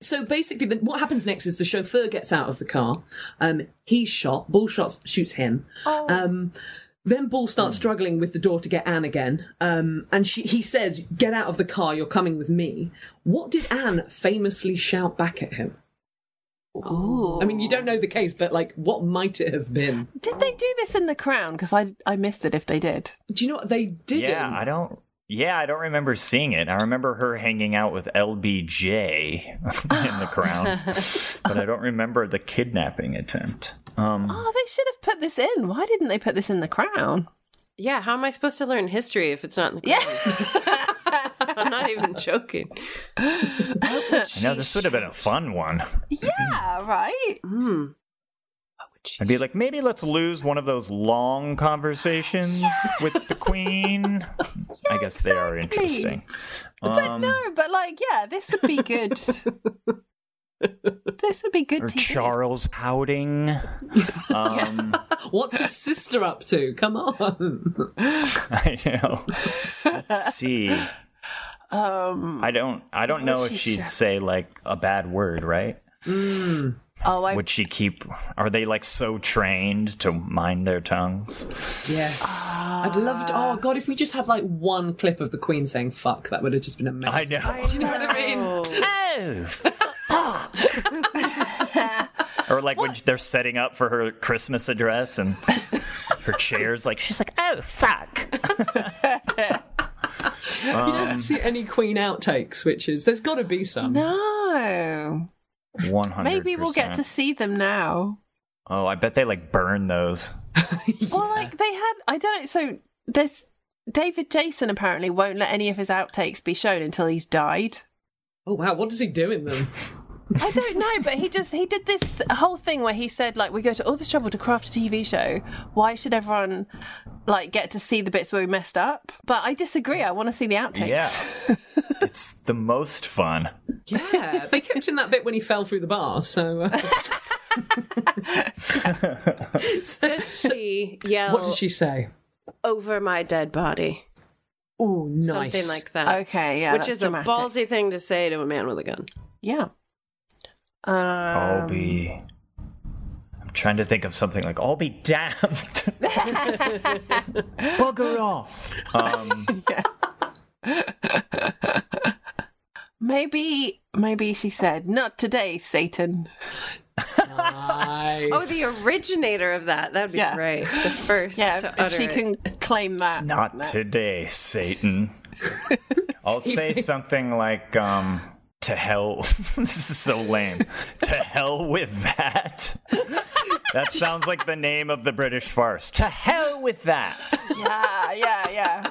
Speaker 6: So basically, the, what happens next is the chauffeur gets out of the car. Um, he's shot. Bull shots, shoots him. Um, then Bull starts struggling with the door to get Anne again. Um, and she, he says, Get out of the car, you're coming with me. What did Anne famously shout back at him? I mean, you don't know the case, but like, what might it have been?
Speaker 5: Did they do this in The Crown? Because I, I missed it if they did.
Speaker 6: Do you know what they didn't?
Speaker 7: Yeah, I don't. Yeah, I don't remember seeing it. I remember her hanging out with LBJ in the crown, but I don't remember the kidnapping attempt. Um,
Speaker 5: Oh, they should have put this in. Why didn't they put this in The Crown?
Speaker 4: Yeah, how am I supposed to learn history if it's not in the yeah. I'm not even joking.
Speaker 7: I know this would have been a fun one.
Speaker 5: Yeah, right? Hmm.
Speaker 7: I'd be like, maybe let's lose one of those long conversations with the queen. I guess they are interesting.
Speaker 5: but no, but like, yeah, this would be good. this this would be good
Speaker 7: Or
Speaker 5: TV.
Speaker 7: Charles Pouting. Um,
Speaker 6: What's his sister up to? Come on.
Speaker 7: I know. Let's see.
Speaker 5: Um,
Speaker 7: I don't. I don't
Speaker 5: What
Speaker 7: know
Speaker 5: was
Speaker 7: if
Speaker 5: she
Speaker 7: she'd
Speaker 5: sha-
Speaker 7: say like a bad word, right?
Speaker 5: oh, I
Speaker 7: Would she keep? Are they like so trained to mind their tongues?
Speaker 6: Yes. I'd love to. Oh, God, if we just had like one clip of the Queen saying fuck, that would have just been amazing. I
Speaker 7: know.
Speaker 6: Do you know what I mean?
Speaker 7: Oh, Or like when they're setting up for her Christmas address and her chairs, like she's like, oh fuck.
Speaker 6: you don't see any Queen outtakes, which is, there's got to be some.
Speaker 5: No.
Speaker 7: One hundred.
Speaker 5: Maybe we'll get to see them now.
Speaker 7: Oh, I bet they like burn those.
Speaker 5: Well, like they had, I don't know. So there's David Jason apparently won't let any of his outtakes be shown until he's died.
Speaker 6: Oh, wow. What does he do in them?
Speaker 5: I don't know, but he just he did this whole thing where he said like we go to all this trouble to craft a TV show. Why should everyone like get to see the bits where we messed up? But I disagree. I want to see the outtakes.
Speaker 7: Yeah, it's the most fun.
Speaker 6: Yeah, they kept in that bit when he fell through the bar. So, uh,
Speaker 4: Does she yell?
Speaker 6: what did she say?
Speaker 4: Over my dead body.
Speaker 6: Oh, nice.
Speaker 4: Something like that.
Speaker 5: Okay, yeah,
Speaker 4: Which
Speaker 5: that's
Speaker 4: is
Speaker 5: dramatic.
Speaker 4: a ballsy thing to say to a man with a gun.
Speaker 5: Yeah. Um,
Speaker 4: Oh.
Speaker 7: I'll be. I'm trying to think of something like I'll be damned. Bugger off. Um,
Speaker 5: maybe maybe she said not today, Satan.
Speaker 6: Nice.
Speaker 4: Oh, the originator of that. That'd be
Speaker 5: Yeah.
Speaker 4: great. The first
Speaker 5: Yeah,
Speaker 4: to
Speaker 5: if
Speaker 4: utter
Speaker 5: she
Speaker 4: it.
Speaker 5: can claim that.
Speaker 7: Not today, Satan. I'll say something like, um, to hell. this is so lame. to hell with that. That sounds like the name of the British farce. To hell with that.
Speaker 5: Yeah, yeah,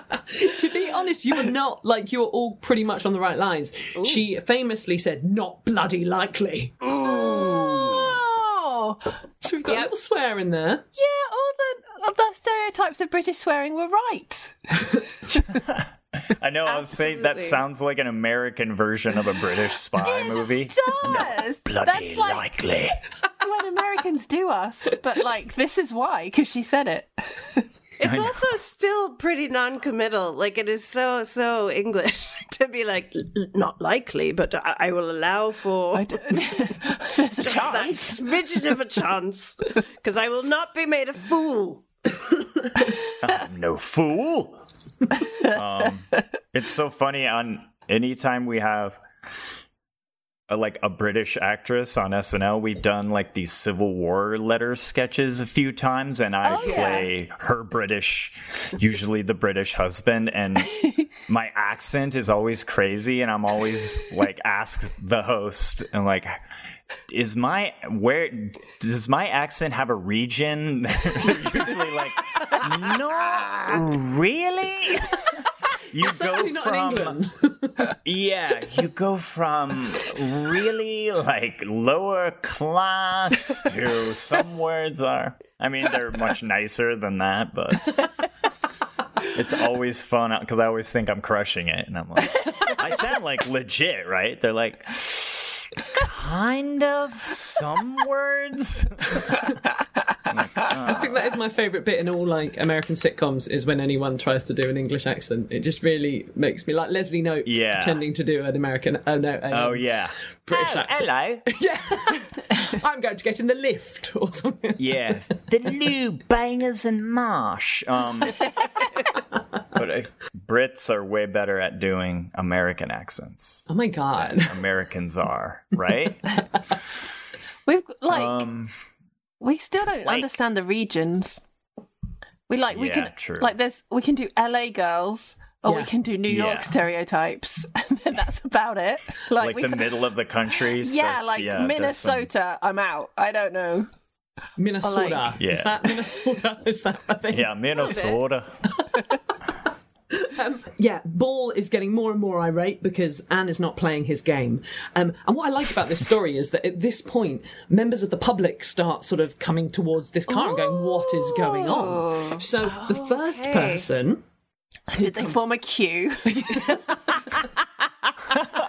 Speaker 5: yeah.
Speaker 6: to be honest, you were not like you were all pretty much on the right lines. She famously said, "Not bloody likely."
Speaker 5: Oh,
Speaker 6: So we've got a little swear in there.
Speaker 5: yeah. All the the stereotypes of British swearing were right.
Speaker 7: I know. I was saying that
Speaker 5: Absolutely.
Speaker 7: sounds like an American version of a British spy movie.
Speaker 5: Does
Speaker 7: Bloody likely.
Speaker 5: when Americans do us, but like this is why because she said it.
Speaker 4: It's also still pretty non-committal. Like it is so so English to be like "L- l- not likely, but I, I will allow for
Speaker 5: There's a
Speaker 4: just that
Speaker 5: chance.
Speaker 4: smidgen of a chance because I will not be made a fool.
Speaker 7: I'm no fool. um, it's so funny on anytime we have a, like a British actress on SNL, we've done like these Civil War letter sketches a few times, and I
Speaker 5: Oh, yeah.
Speaker 7: play her British, usually the British husband, and my accent is always crazy, and I'm always like ask the host and like. Is my where does my accent have a region? They're usually like no, really? You go
Speaker 6: Certainly not
Speaker 7: from
Speaker 6: in England.
Speaker 7: yeah, you go from really like lower class to some words are. I mean, they're much nicer than that, but it's always fun because I always think I'm crushing it, and I'm like, I sound like legit, right? They're like. Kind of some words.
Speaker 6: I think that is my favourite bit in all like American sitcoms is when anyone tries to do an English accent. It just really makes me like Leslie Nope
Speaker 7: Yeah.
Speaker 6: pretending to do an American. Oh no! a
Speaker 7: Oh yeah,
Speaker 6: British accent.
Speaker 7: hello.
Speaker 6: I'm going to get in the lift or something.
Speaker 7: Yeah, the new bangers and marsh. Um, but uh, Brits are way better at doing American accents.
Speaker 6: Oh my god!
Speaker 7: Americans are right.
Speaker 5: We've g- like
Speaker 7: Um,
Speaker 5: we still don't
Speaker 7: like-
Speaker 5: understand the regions. We like we
Speaker 7: Yeah,
Speaker 5: can
Speaker 7: true.
Speaker 5: like there's we can do LA girls or we
Speaker 7: Yeah.
Speaker 5: can do New York
Speaker 7: Yeah.
Speaker 5: stereotypes and then that's about it. Like,
Speaker 7: like
Speaker 5: we
Speaker 7: the
Speaker 5: can,
Speaker 7: middle of the country.
Speaker 5: yeah,
Speaker 7: starts-
Speaker 5: like
Speaker 7: there's some-
Speaker 5: Minnesota. I'm out. I don't know.
Speaker 6: Minnesota.
Speaker 5: like-
Speaker 7: Yeah.
Speaker 6: Is that Minnesota? Is that a thing?
Speaker 7: Yeah, Minnesota.
Speaker 6: Yeah, Ball is getting more and more irate because Anne is not playing his game. Um, and what I like about this story is that at this point, members of the public start sort of coming towards this car and going, "What is going
Speaker 7: Oh.
Speaker 6: on?" So the first person
Speaker 5: Did they form a queue?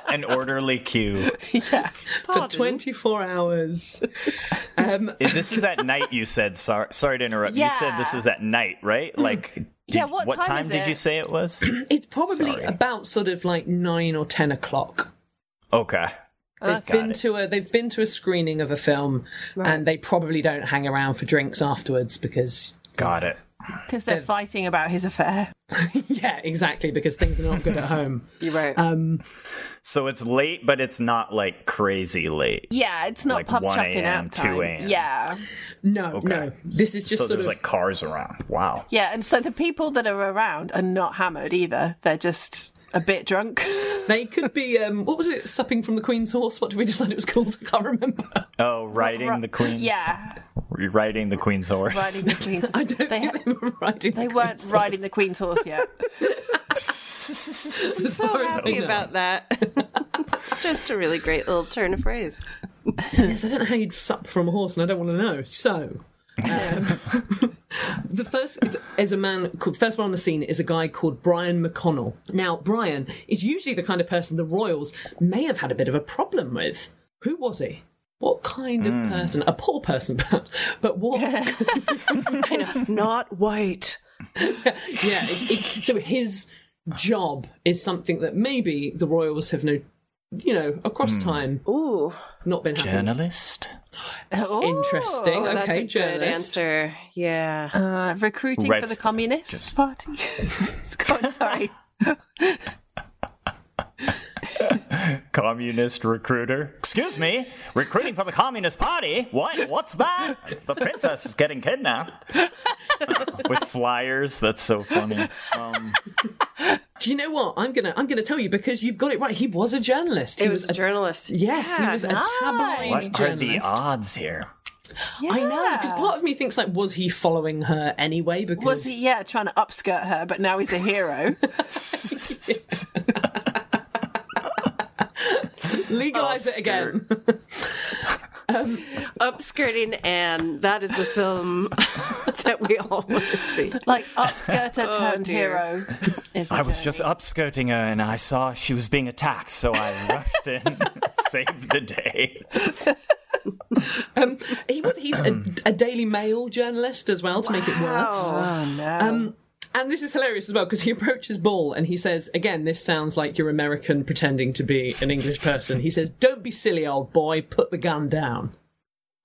Speaker 7: an orderly queue.
Speaker 6: yeah, for 24 hours. Um,
Speaker 7: If This is at night. You said sorry. Sorry to interrupt. You said this
Speaker 6: Yeah.
Speaker 7: is at night, right? Like, did,
Speaker 6: Yeah, what time
Speaker 7: time
Speaker 6: is
Speaker 7: did you
Speaker 6: it?
Speaker 7: say it was?
Speaker 6: it's probably about sort of like nine or 10 o'clock.
Speaker 7: okay.
Speaker 6: They've
Speaker 7: Got
Speaker 6: been
Speaker 7: it.
Speaker 6: to a they've been to a screening of a film, and they probably don't hang around for drinks afterwards because
Speaker 7: got it.
Speaker 5: Because they're fighting about his affair.
Speaker 6: yeah, exactly. Because things are not good at home.
Speaker 5: You're right.
Speaker 6: Um,
Speaker 7: So it's late, but it's not like crazy late.
Speaker 5: Yeah, it's not
Speaker 7: Like
Speaker 5: pub
Speaker 7: 1
Speaker 5: chucking
Speaker 7: a.m.,
Speaker 5: out time.
Speaker 7: 2 a.m..
Speaker 5: Yeah.
Speaker 6: No, no. This is just
Speaker 7: so
Speaker 6: sort
Speaker 7: there's
Speaker 6: of
Speaker 7: like cars around. Wow.
Speaker 5: Yeah, and so the people that are around are not hammered either. They're just a bit drunk.
Speaker 6: they could be um, what was it? Supping from the Queen's horse. What did we decide it was called? I can't remember.
Speaker 7: Oh, riding the queen's.
Speaker 5: Yeah,
Speaker 7: Riding the queen's horse.
Speaker 5: riding the queen's.
Speaker 6: I don't
Speaker 5: they, think
Speaker 6: they were riding.
Speaker 5: They weren't riding the queen's horse yet.
Speaker 4: I'm so happy about that. Oh, it's just a really great little turn of phrase.
Speaker 6: yes, I don't know how you'd sup from a horse, and I don't want to know. So, um, the first is a man called. First one on the scene is a guy called Brian McConnell. Now, Brian is usually the kind of person the royals may have had a bit of a problem with. Who was he? What kind of
Speaker 7: Hmm.
Speaker 1: Mm.
Speaker 6: person? A poor person, perhaps, but what?
Speaker 4: Not white.
Speaker 6: yeah. It, it, so his job is something that maybe the royals have no, you know, across
Speaker 7: Hmm.
Speaker 6: time,
Speaker 4: ooh,
Speaker 6: not been happy.
Speaker 7: Journalist.
Speaker 6: Interesting.
Speaker 4: Oh,
Speaker 6: okay,
Speaker 4: that's a good
Speaker 6: journalist.
Speaker 4: answer. Yeah.
Speaker 5: Uh, recruiting
Speaker 6: Red
Speaker 5: for the
Speaker 6: stuff,
Speaker 5: Communist Party. God, sorry.
Speaker 7: Communist recruiter. Excuse me. Recruiting for the Communist Party? What? What's that? The princess is getting kidnapped. With flyers. That's so funny. Um,
Speaker 6: Do you know what? I'm gonna I'm gonna tell you because you've got it right. He was a journalist. He
Speaker 4: It was a journalist.
Speaker 6: Yes, he
Speaker 4: Yeah,
Speaker 6: was
Speaker 4: nice.
Speaker 6: a tabloid
Speaker 7: what are
Speaker 6: journalist.
Speaker 7: the odds here?
Speaker 6: I know because part of me thinks like, was he following her anyway? Because
Speaker 5: Was he? Yeah, trying to upskirt her, but now he's a hero.
Speaker 6: legalize
Speaker 4: Oh,
Speaker 6: it again?
Speaker 4: Upskirting Anne. That is the film that we all want to see.
Speaker 5: like upskirter
Speaker 4: Oh,
Speaker 5: turned
Speaker 4: dear.
Speaker 5: hero. Is
Speaker 7: I was just upskirting her and I saw she was being attacked, so I rushed in, saved the day.
Speaker 6: Um, he was he's a, a Daily Mail journalist as well to make it worse.
Speaker 5: Wow. Oh, no.
Speaker 6: Um, and this is hilarious as well because he approaches Ball and he says, again, this sounds like you're American pretending to be an English person. He says, "Don't be silly, old boy. Put the gun down."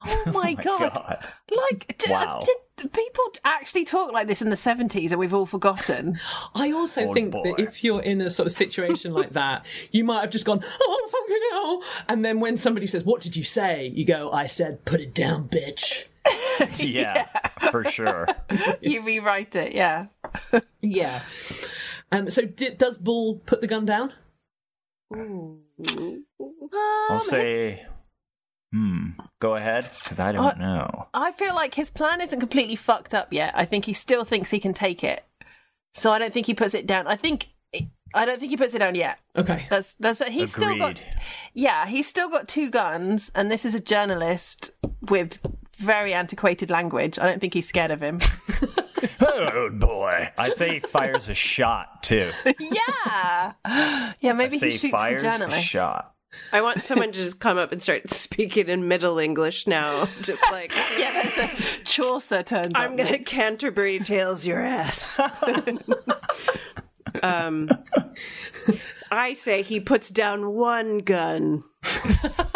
Speaker 5: Oh my, god. Like, did,
Speaker 6: Wow.
Speaker 5: did people actually talk like this in the 70s and we've all forgotten?
Speaker 6: I also think that if you're in a sort of situation like that, you might have just gone, oh, fucking hell. And then when somebody says, what did you say? You go, I said, put it down, bitch.
Speaker 7: Yeah, for sure.
Speaker 5: you rewrite it, yeah.
Speaker 6: Yeah. Um, so di does Bull put the gun down?
Speaker 5: Um,
Speaker 7: I'll say, hmm, go ahead, because I don't
Speaker 5: Uh,
Speaker 7: know.
Speaker 5: I feel like his plan isn't completely fucked up yet. I think he still thinks he can take it. So I don't think he puts it down. I think I don't think he puts it down yet.
Speaker 6: Okay.
Speaker 5: That's that's he's still got
Speaker 7: Agreed.
Speaker 5: Yeah, he's still got two guns and this is a journalist with very antiquated language. I don't think he's scared of him.
Speaker 7: Oh boy! I say he fires a shot too.
Speaker 5: yeah. Yeah, maybe
Speaker 7: I say
Speaker 5: he shoots the
Speaker 7: fires a
Speaker 5: journalist.
Speaker 7: shot.
Speaker 4: I want someone to just come up and start speaking in Middle English now. Just like,
Speaker 5: yeah, that's a Chaucer turns
Speaker 4: I'm
Speaker 5: up
Speaker 4: going to
Speaker 5: next.
Speaker 4: Canterbury Tales your ass. um, I say he puts down one gun,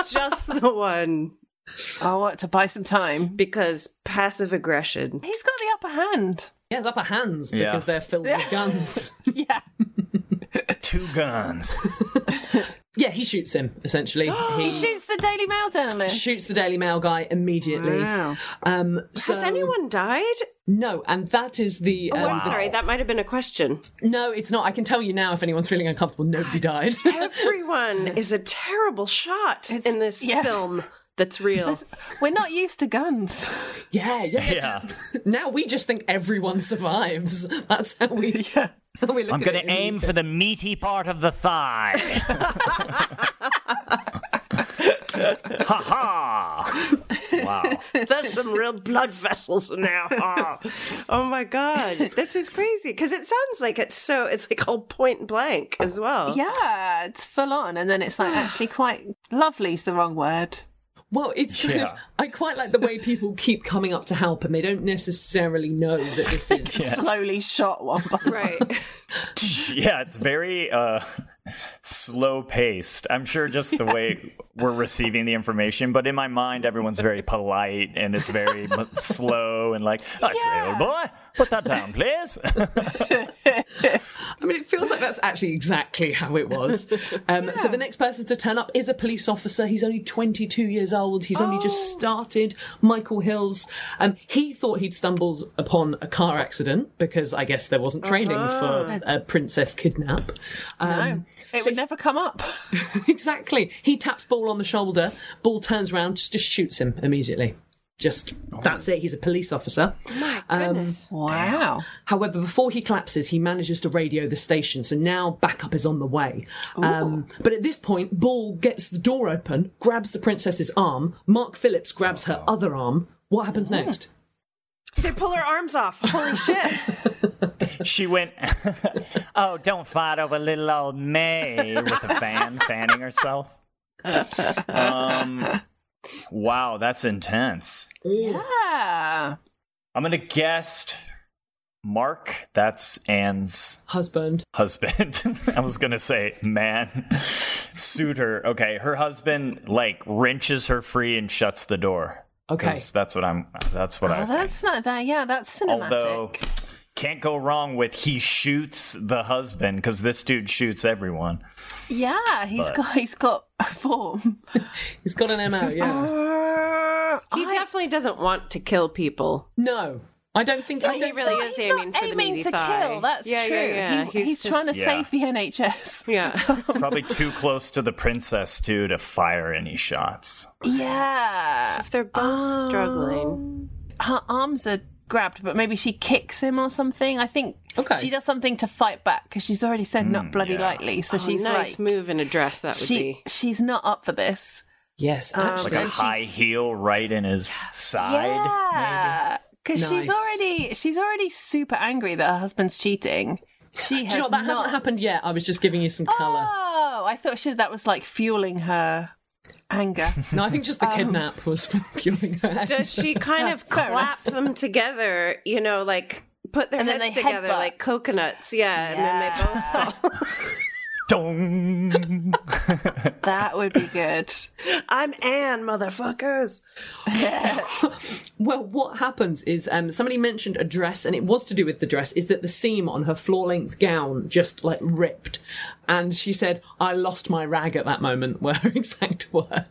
Speaker 4: just the one.
Speaker 5: Oh, what, to buy some time?
Speaker 4: Because passive aggression.
Speaker 5: He's got the upper hand.
Speaker 6: He has upper hands
Speaker 7: Yeah.
Speaker 6: because they're filled with guns.
Speaker 7: Two guns.
Speaker 6: Yeah, he shoots him, essentially.
Speaker 5: He shoots the Daily Mail journalist.
Speaker 6: shoots the Daily Mail guy immediately.
Speaker 4: Wow.
Speaker 6: Um,
Speaker 4: Has anyone died?
Speaker 6: No, and that is the.
Speaker 4: Oh, I'm
Speaker 6: um,
Speaker 4: sorry. That might have been a question.
Speaker 6: No, it's not. I can tell you now if anyone's feeling uncomfortable, nobody died.
Speaker 4: Everyone is a terrible shot in this
Speaker 5: yeah.
Speaker 4: film that's real.
Speaker 5: We're not used to guns.
Speaker 6: Yeah, yeah.
Speaker 7: Yeah.
Speaker 6: just- now we just think everyone survives. That's how we. Yeah. How we look
Speaker 7: I'm
Speaker 6: at
Speaker 7: gonna
Speaker 6: it.
Speaker 7: aim for the meaty part of the thigh. ha ha!
Speaker 9: wow.
Speaker 4: There's some real blood vessels in there. Oh, Oh my god, this is crazy because it sounds like it's so it's like all point blank as well.
Speaker 5: Yeah, it's full on, and then it's like actually quite lovely's the wrong word.
Speaker 6: Well, it's kind
Speaker 5: Yeah.
Speaker 6: of. I quite like the way people keep coming up to help, and they don't necessarily know that this is
Speaker 5: slowly shot one.
Speaker 4: Right.
Speaker 9: yeah, it's very uh, slow paced. I'm sure just the way we're receiving the information, but in my mind, everyone's very polite and it's very m- slow and like, oh, it's the old boy, put that down, please.
Speaker 6: I mean, it feels like that's actually exactly how it was. Um, So the next person to turn up is a police officer. He's only 22 years old. He's only just
Speaker 5: Oh.
Speaker 6: started. Michael Hills. Um, he thought he'd stumbled upon a car accident because I guess there wasn't training
Speaker 5: Uh-huh.
Speaker 6: for a princess kidnap. Um,
Speaker 5: no, it would never come up.
Speaker 6: exactly. He taps Ball on the shoulder. Ball turns around, just, just shoots him immediately. Just
Speaker 5: Oh.
Speaker 6: that's it. He's a police officer.
Speaker 4: My
Speaker 6: goodness! wow. However, before he collapses, he manages to radio the station. So now backup is on the way. Um, but at this point, Ball gets the door open, grabs the princess's arm. Mark Phillips grabs her other arm. What happens next?
Speaker 4: They pull her arms off. Holy shit!
Speaker 9: she went, oh, don't fight over little old May with a fan fanning herself. Um, wow, that's intense.
Speaker 5: Yeah.
Speaker 9: I'm gonna guess Mark. That's Anne's
Speaker 6: husband.
Speaker 9: Husband. I was gonna say man, suitor. Okay, her husband like wrenches her free and shuts the door.
Speaker 6: Okay.
Speaker 9: 'Cause that's what I'm. That's what I.
Speaker 5: Oh,
Speaker 9: think.
Speaker 5: that's not that. Yeah, that's cinematic.
Speaker 9: Although can't go wrong with he shoots the husband because this dude shoots everyone.
Speaker 5: yeah, he's
Speaker 9: But-
Speaker 5: got he's got a form.
Speaker 6: he's got an MO.
Speaker 4: yeah. he definitely doesn't want to kill people.
Speaker 6: No, I don't think.
Speaker 4: I don't he really is aiming for the meaty
Speaker 5: to
Speaker 4: thigh.
Speaker 5: kill. That's
Speaker 4: Yeah,
Speaker 5: true.
Speaker 4: Yeah, yeah.
Speaker 5: He- he's
Speaker 4: just-
Speaker 5: trying to
Speaker 9: Yeah.
Speaker 5: save the NHS.
Speaker 4: Yeah.
Speaker 9: Probably too close to the princess too to fire any shots.
Speaker 5: yeah.
Speaker 4: If they're both struggling.
Speaker 5: Um, Her arms are grabbed, but maybe she kicks him or something. I think
Speaker 4: Okay.
Speaker 5: she does something to fight back because she's already said not bloody lightly. So
Speaker 4: Oh,
Speaker 5: she's
Speaker 4: nice
Speaker 5: like,
Speaker 4: move in a dress. That would
Speaker 5: she
Speaker 4: be.
Speaker 5: she's not up for this.
Speaker 6: Yes,
Speaker 5: Um,
Speaker 9: like a
Speaker 5: and she's-
Speaker 9: high heel right in his side.
Speaker 5: Yeah, because she's
Speaker 9: Nice.
Speaker 5: already she's already super angry that her husband's cheating. She has
Speaker 6: Do you know what? that hasn't happened yet? I was just giving you some colour.
Speaker 5: Oh, I thought she, that was like fueling her anger.
Speaker 6: No, I think just the kidnap was fueling her.
Speaker 4: Does she kind of
Speaker 5: Fair enough.
Speaker 4: clap them together? You know, like put their
Speaker 5: And then
Speaker 4: heads
Speaker 5: they
Speaker 4: together
Speaker 5: headbutt.
Speaker 4: like coconuts. Yeah, and then they both fall.
Speaker 9: Dong.
Speaker 5: that would be good.
Speaker 4: I'm Anne, motherfuckers.
Speaker 6: Well, what happens is um, somebody mentioned a dress, and it was to do with the dress, is that the seam on her floor length gown just like ripped. And she said, I lost my rag at that moment, were her exact words.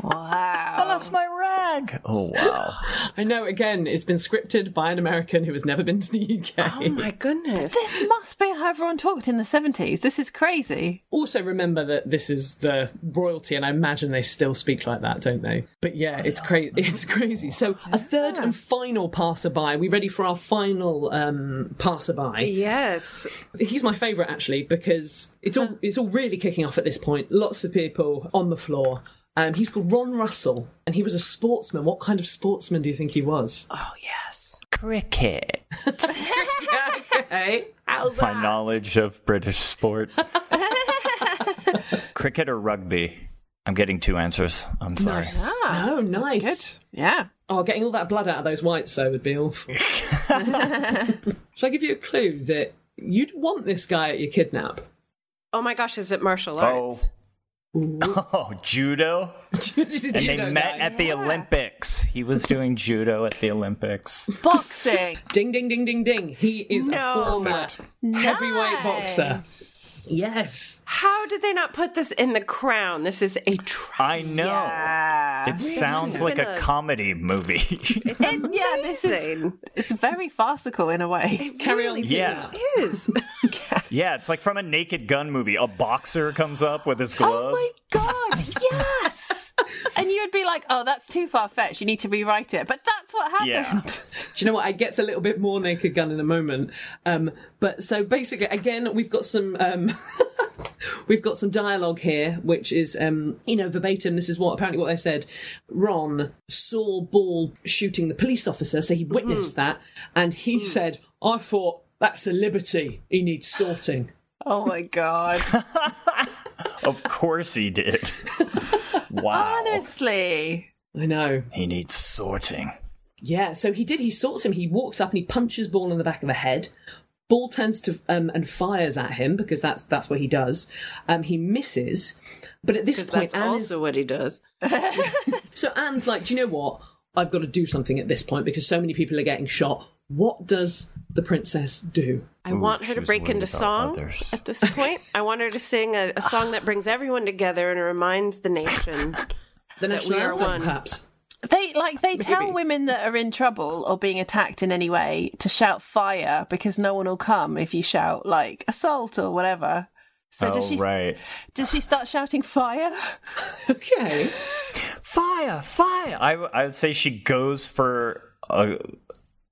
Speaker 5: Wow.
Speaker 9: I lost my rag. Oh wow.
Speaker 6: I know, again, it's been scripted by an American who has never been to the UK. Oh my
Speaker 4: goodness.
Speaker 5: This must be how everyone talked in the seventies. This is crazy.
Speaker 6: Also, remember that this is the royalty, and I imagine they still speak like that, don't they? But yeah, it's crazy. It's crazy. So, a third and final passerby. We ready for our final um, passerby?
Speaker 4: Yes.
Speaker 6: He's my favourite actually because it's
Speaker 4: Uh.
Speaker 6: all it's all really kicking off at this point. Lots of people on the floor. Um, he's called Ron Russell, and he was a sportsman. What kind of sportsman do you think he was?
Speaker 4: Oh yes,
Speaker 9: Cricket.
Speaker 6: okay. How's
Speaker 9: My knowledge of British sport. Cricket or rugby? I'm getting two answers. I'm sorry.
Speaker 6: No, nice.
Speaker 5: Yeah.
Speaker 6: Oh, getting all that blood out of those whites though would be awful. Shall I give you a clue that you'd want this guy at your kidnap?
Speaker 4: Oh my gosh, is it martial
Speaker 9: Oh.
Speaker 4: arts?
Speaker 9: oh, judo.
Speaker 6: and
Speaker 9: they
Speaker 4: judo
Speaker 9: met
Speaker 4: guy.
Speaker 9: at the Olympics. He was doing judo at the Olympics.
Speaker 5: Boxing.
Speaker 6: ding, ding, ding, ding, ding. He is
Speaker 4: No.
Speaker 6: a former
Speaker 4: Nice.
Speaker 6: heavyweight boxer. Yes.
Speaker 4: How did they not put this in the crown? This is a tr-
Speaker 9: I know.
Speaker 4: Yeah.
Speaker 9: It sounds like a, comedy movie.
Speaker 5: It- yeah, this is it's very farcical in a way.
Speaker 6: Carry
Speaker 9: really, really Yeah.
Speaker 4: is.
Speaker 9: yeah, it's like from a Naked Gun movie. A boxer comes up with
Speaker 7: Oh
Speaker 9: his gloves.
Speaker 5: Oh God, yes. and you would be like, "Oh, that's too far fetched. You need to rewrite it." But that's what happened.
Speaker 9: yeah.
Speaker 6: Do you know what? I gets a little bit more naked gun in a moment. Um, but so basically, again, we've got some. Um, We've got some dialogue here, which is, um, you know, verbatim. This is what apparently what they said. Ron saw Ball shooting the police officer, so he witnessed that, and he said, "I thought that's a liberty. He needs sorting."
Speaker 5: Oh my god.
Speaker 7: Of course he did. wow.
Speaker 5: Honestly.
Speaker 6: I know.
Speaker 7: He needs sorting.
Speaker 6: Yeah, so he did. He sorts him. He walks up and he punches Ball in the back of the head. Ball turns to um, and fires at him because that's that's what he does. Um, he misses, but at this
Speaker 4: Because
Speaker 6: point,
Speaker 4: that's
Speaker 6: Anne is-
Speaker 4: also what he does.
Speaker 6: so Anne's like, "Do you know what? I've got to do something at this point because so many people are getting shot. What does the princess do?"
Speaker 4: I want her to break into song at this point. I want her to sing a, a song that brings everyone together and reminds the nation
Speaker 6: the
Speaker 4: that we
Speaker 6: national
Speaker 4: are
Speaker 6: anthem,
Speaker 4: one.
Speaker 6: perhaps.
Speaker 5: They like they tell women that are in trouble or being attacked in any way to shout fire because no one will come if you shout like assault or whatever. So does
Speaker 7: Oh,
Speaker 5: she
Speaker 7: right.
Speaker 5: does she start shouting fire?
Speaker 6: okay.
Speaker 7: Fire! Fire! I, w- I would say she goes for uh,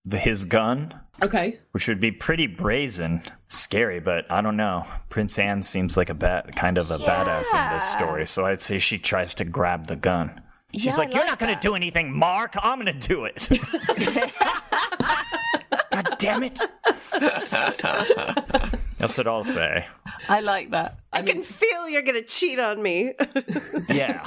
Speaker 7: the, his gun,
Speaker 6: Okay.
Speaker 7: which would be pretty brazen, scary, but I don't know. Prince Anne seems like a bad, kind of a badass in this story, so I'd say she tries to grab the gun. She's
Speaker 9: Yeah, I
Speaker 7: like, "You're
Speaker 9: like
Speaker 7: not going to do anything, Mark. I'm going to do it." God damn it! That's what I'll say.
Speaker 5: I like that.
Speaker 4: I, can feel you're going to cheat on me.
Speaker 7: Yeah.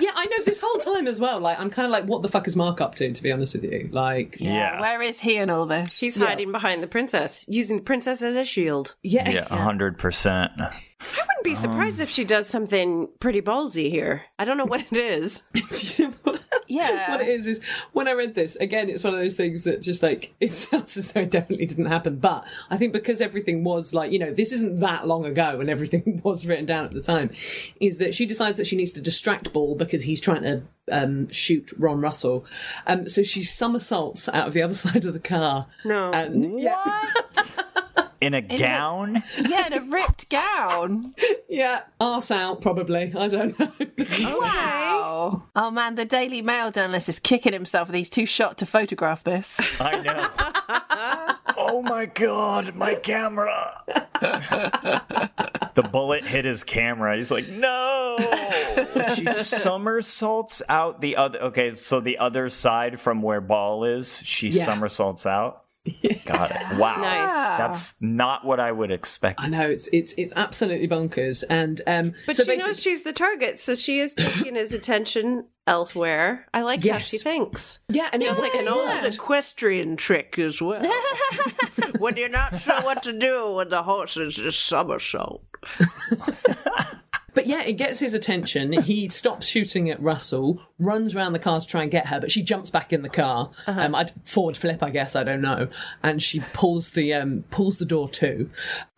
Speaker 6: yeah, I know this whole time as well. Like, I'm kind of like, what the fuck is Mark up to? To be honest with you, like,
Speaker 5: Where is he in all this?
Speaker 4: He's hiding behind the princess, using the princess as a shield.
Speaker 6: Yeah.
Speaker 7: Yeah, hundred percent.
Speaker 4: I wouldn't be surprised if she does something pretty ballsy here. I don't know what it is.
Speaker 5: yeah.
Speaker 6: What it is is when I read this again, it's one of those things that just like it sounds as though it definitely didn't happen, but I think because everything was like you know this isn't that long ago and everything was written down at the time, is that she decides that she needs to distract Ball because he's trying to um, shoot Ron Russell, um, so she somersaults out of the other side of the car. Um,
Speaker 4: No,
Speaker 6: and, yeah.
Speaker 7: In a gown.
Speaker 5: Yeah, in a ripped gown.
Speaker 6: yeah, arse out probably. I don't know.
Speaker 5: Wow. Oh man, the Daily Mail journalist is kicking himself that he's too shot to photograph this.
Speaker 7: I know. oh my god, my camera. the bullet hit his camera. He's like, no. she somersaults out the other. Okay, so the other side from where ball is, she
Speaker 6: Yeah.
Speaker 7: somersaults out. Got it. Wow.
Speaker 6: Nice.
Speaker 7: That's not what I would expect.
Speaker 6: I know it's it's it's absolutely bonkers, and um,
Speaker 4: But
Speaker 6: so
Speaker 4: she
Speaker 6: basi-
Speaker 4: knows she's the target, so she is taking his attention elsewhere. I like how
Speaker 6: Yes.
Speaker 4: she thinks.
Speaker 6: Yeah, and it
Speaker 4: it's like
Speaker 6: was-
Speaker 4: an
Speaker 6: yeah.
Speaker 4: old equestrian trick as well. when you're not sure what to do when the horse is a somersault.
Speaker 6: But yeah, it gets his attention. He stops shooting at Russell, runs around the car to try and get her, but she jumps back in the car. Um, I'd forward flip, I guess. I don't know. And she pulls the um, pulls the door to.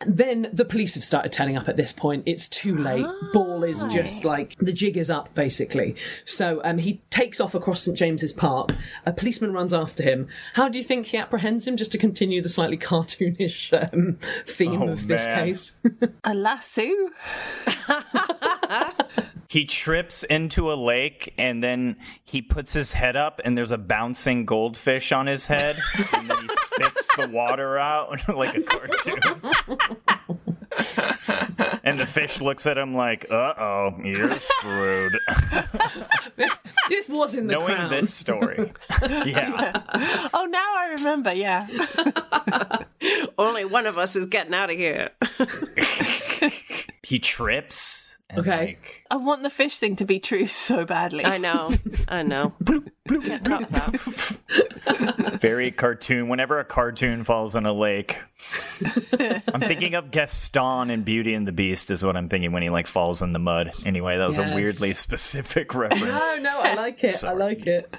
Speaker 6: Then the police have started turning up at this point. It's too late. Ball is just like the jig is up, basically. So um, he takes off across St James's Park. A policeman runs after him. How do you think he apprehends him? Just to continue the slightly cartoonish um, theme
Speaker 7: Oh,
Speaker 6: of this
Speaker 7: man.
Speaker 6: case.
Speaker 5: A lasso?
Speaker 7: He trips into a lake and then he puts his head up and there's a bouncing goldfish on his head and then he spits the water out like a cartoon. and the fish looks at him like, "Uh-oh, you're screwed."
Speaker 6: This was in the
Speaker 7: Knowing
Speaker 6: crown.
Speaker 7: this story. Yeah.
Speaker 5: Oh, now I remember. Yeah.
Speaker 4: Only one of us is getting out of here.
Speaker 7: He trips. And
Speaker 5: Okay.
Speaker 7: Like,
Speaker 5: I want the fish thing to be true so badly.
Speaker 4: I know. I know.
Speaker 7: very cartoon. Whenever a cartoon falls in a lake, I'm thinking of Gaston in Beauty and the Beast is what I'm thinking when he like falls in the mud. Anyway, that was
Speaker 6: Yes.
Speaker 7: a weirdly specific reference.
Speaker 6: No, no, I like it. I like it.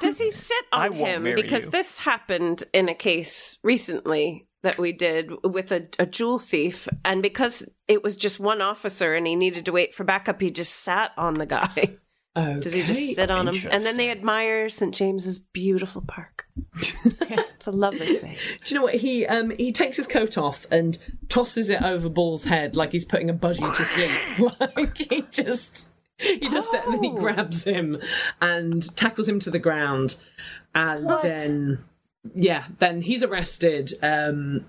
Speaker 4: Does he sit on
Speaker 7: I won't
Speaker 4: him?
Speaker 7: marry
Speaker 4: Because
Speaker 7: you.
Speaker 4: this happened in a case recently that we did with a, a jewel thief. And because it was just one officer and he needed to wait for backup, he just sat on the guy. Does he just
Speaker 6: Okay.
Speaker 4: sit on him? And then they admire St. James's beautiful park. it's a lovely space.
Speaker 6: Do you know what he um he takes his coat off and tosses it over Ball's head like he's putting a budgie to sleep. like he just he does that and then
Speaker 4: Oh.
Speaker 6: he grabs him and tackles him to the ground and then yeah, then he's arrested. Um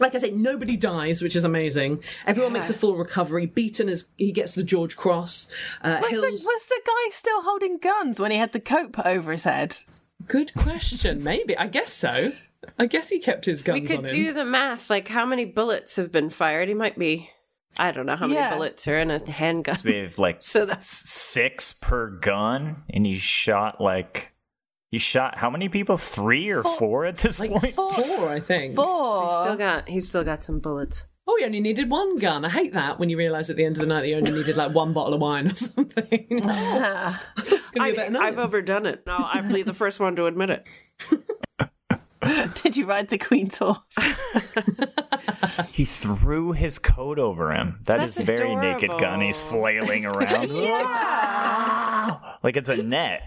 Speaker 6: like I say, nobody dies, which is amazing. Everyone makes a full recovery. Beaton is he gets the George Cross. Uh,
Speaker 5: Was the,
Speaker 6: Hills.
Speaker 5: was the guy still holding guns when he had the coat put over his head?
Speaker 6: Good question. Maybe I guess so. I guess he kept his guns
Speaker 4: We could
Speaker 6: on
Speaker 4: do
Speaker 6: him.
Speaker 4: the math, like how many bullets have been fired. He might be, I don't know how
Speaker 5: Yeah.
Speaker 4: many bullets are in a handgun.
Speaker 7: We have like
Speaker 4: so
Speaker 7: six per gun, and he shot like he shot how many people? Three or four, at this point?
Speaker 6: Four, I think.
Speaker 4: So he's still got he's still got some bullets.
Speaker 6: Oh, he only needed one gun. I hate that when you realise at the end of the night that you only needed like one bottle of wine or something.
Speaker 5: I
Speaker 6: thought it was gonna be a better night.
Speaker 4: I've overdone it. No, I'm really the first one to admit it.
Speaker 5: Did you ride the Queen's horse?
Speaker 7: He threw his coat over him.
Speaker 5: That's
Speaker 7: That's very naked gun. He's
Speaker 5: adorable.
Speaker 7: flailing around like it's a net.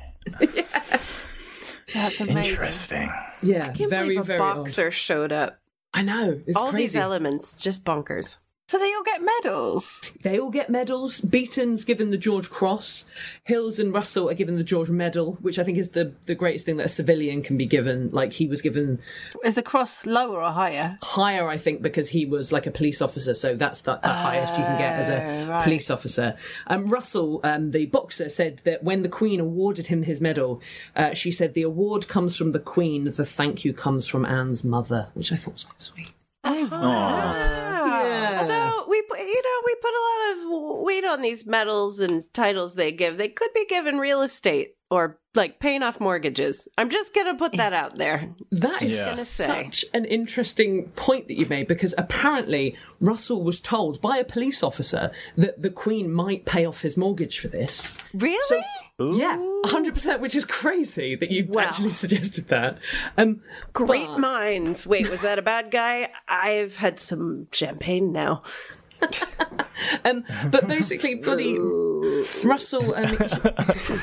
Speaker 5: That's
Speaker 7: Interesting.
Speaker 6: Yeah,
Speaker 4: I can't
Speaker 6: very,
Speaker 4: believe a
Speaker 6: very
Speaker 4: boxer showed up.
Speaker 6: I know. It's
Speaker 4: all these
Speaker 6: crazy.
Speaker 4: elements, just bonkers.
Speaker 5: So they all get medals.
Speaker 6: They all get medals. Beaton's given the George Cross. Hills and Russell are given the George Medal, which I think is the, the greatest thing that a civilian can be given. Like he was given
Speaker 5: Is the cross lower or higher?
Speaker 6: higher, I think, because he was like a police officer. So that's the, the highest you can get as a
Speaker 5: Oh, right.
Speaker 6: police officer. Um, Russell, um, the boxer, said that when the Queen awarded him his medal, uh, she said the award comes from the Queen. The thank you comes from Anne's mother, which I thought was quite sweet.
Speaker 5: Oh. Ah.
Speaker 4: Yeah. Although we, put- you know, we put a lot of weight on these medals and titles they give. They could be given real estate or like paying off mortgages. I'm just gonna put that out there.
Speaker 6: That is
Speaker 4: Just gonna say.
Speaker 6: such an interesting point that you made because apparently Russell was told by a police officer that the Queen might pay off his mortgage for this.
Speaker 4: Really?
Speaker 6: yeah, 100%, which is crazy that you have actually suggested that. Um,
Speaker 4: Great
Speaker 6: but-
Speaker 4: minds. Wait, was that a bad guy? I've had some champagne now.
Speaker 6: um, but basically, bloody Russell, um, he,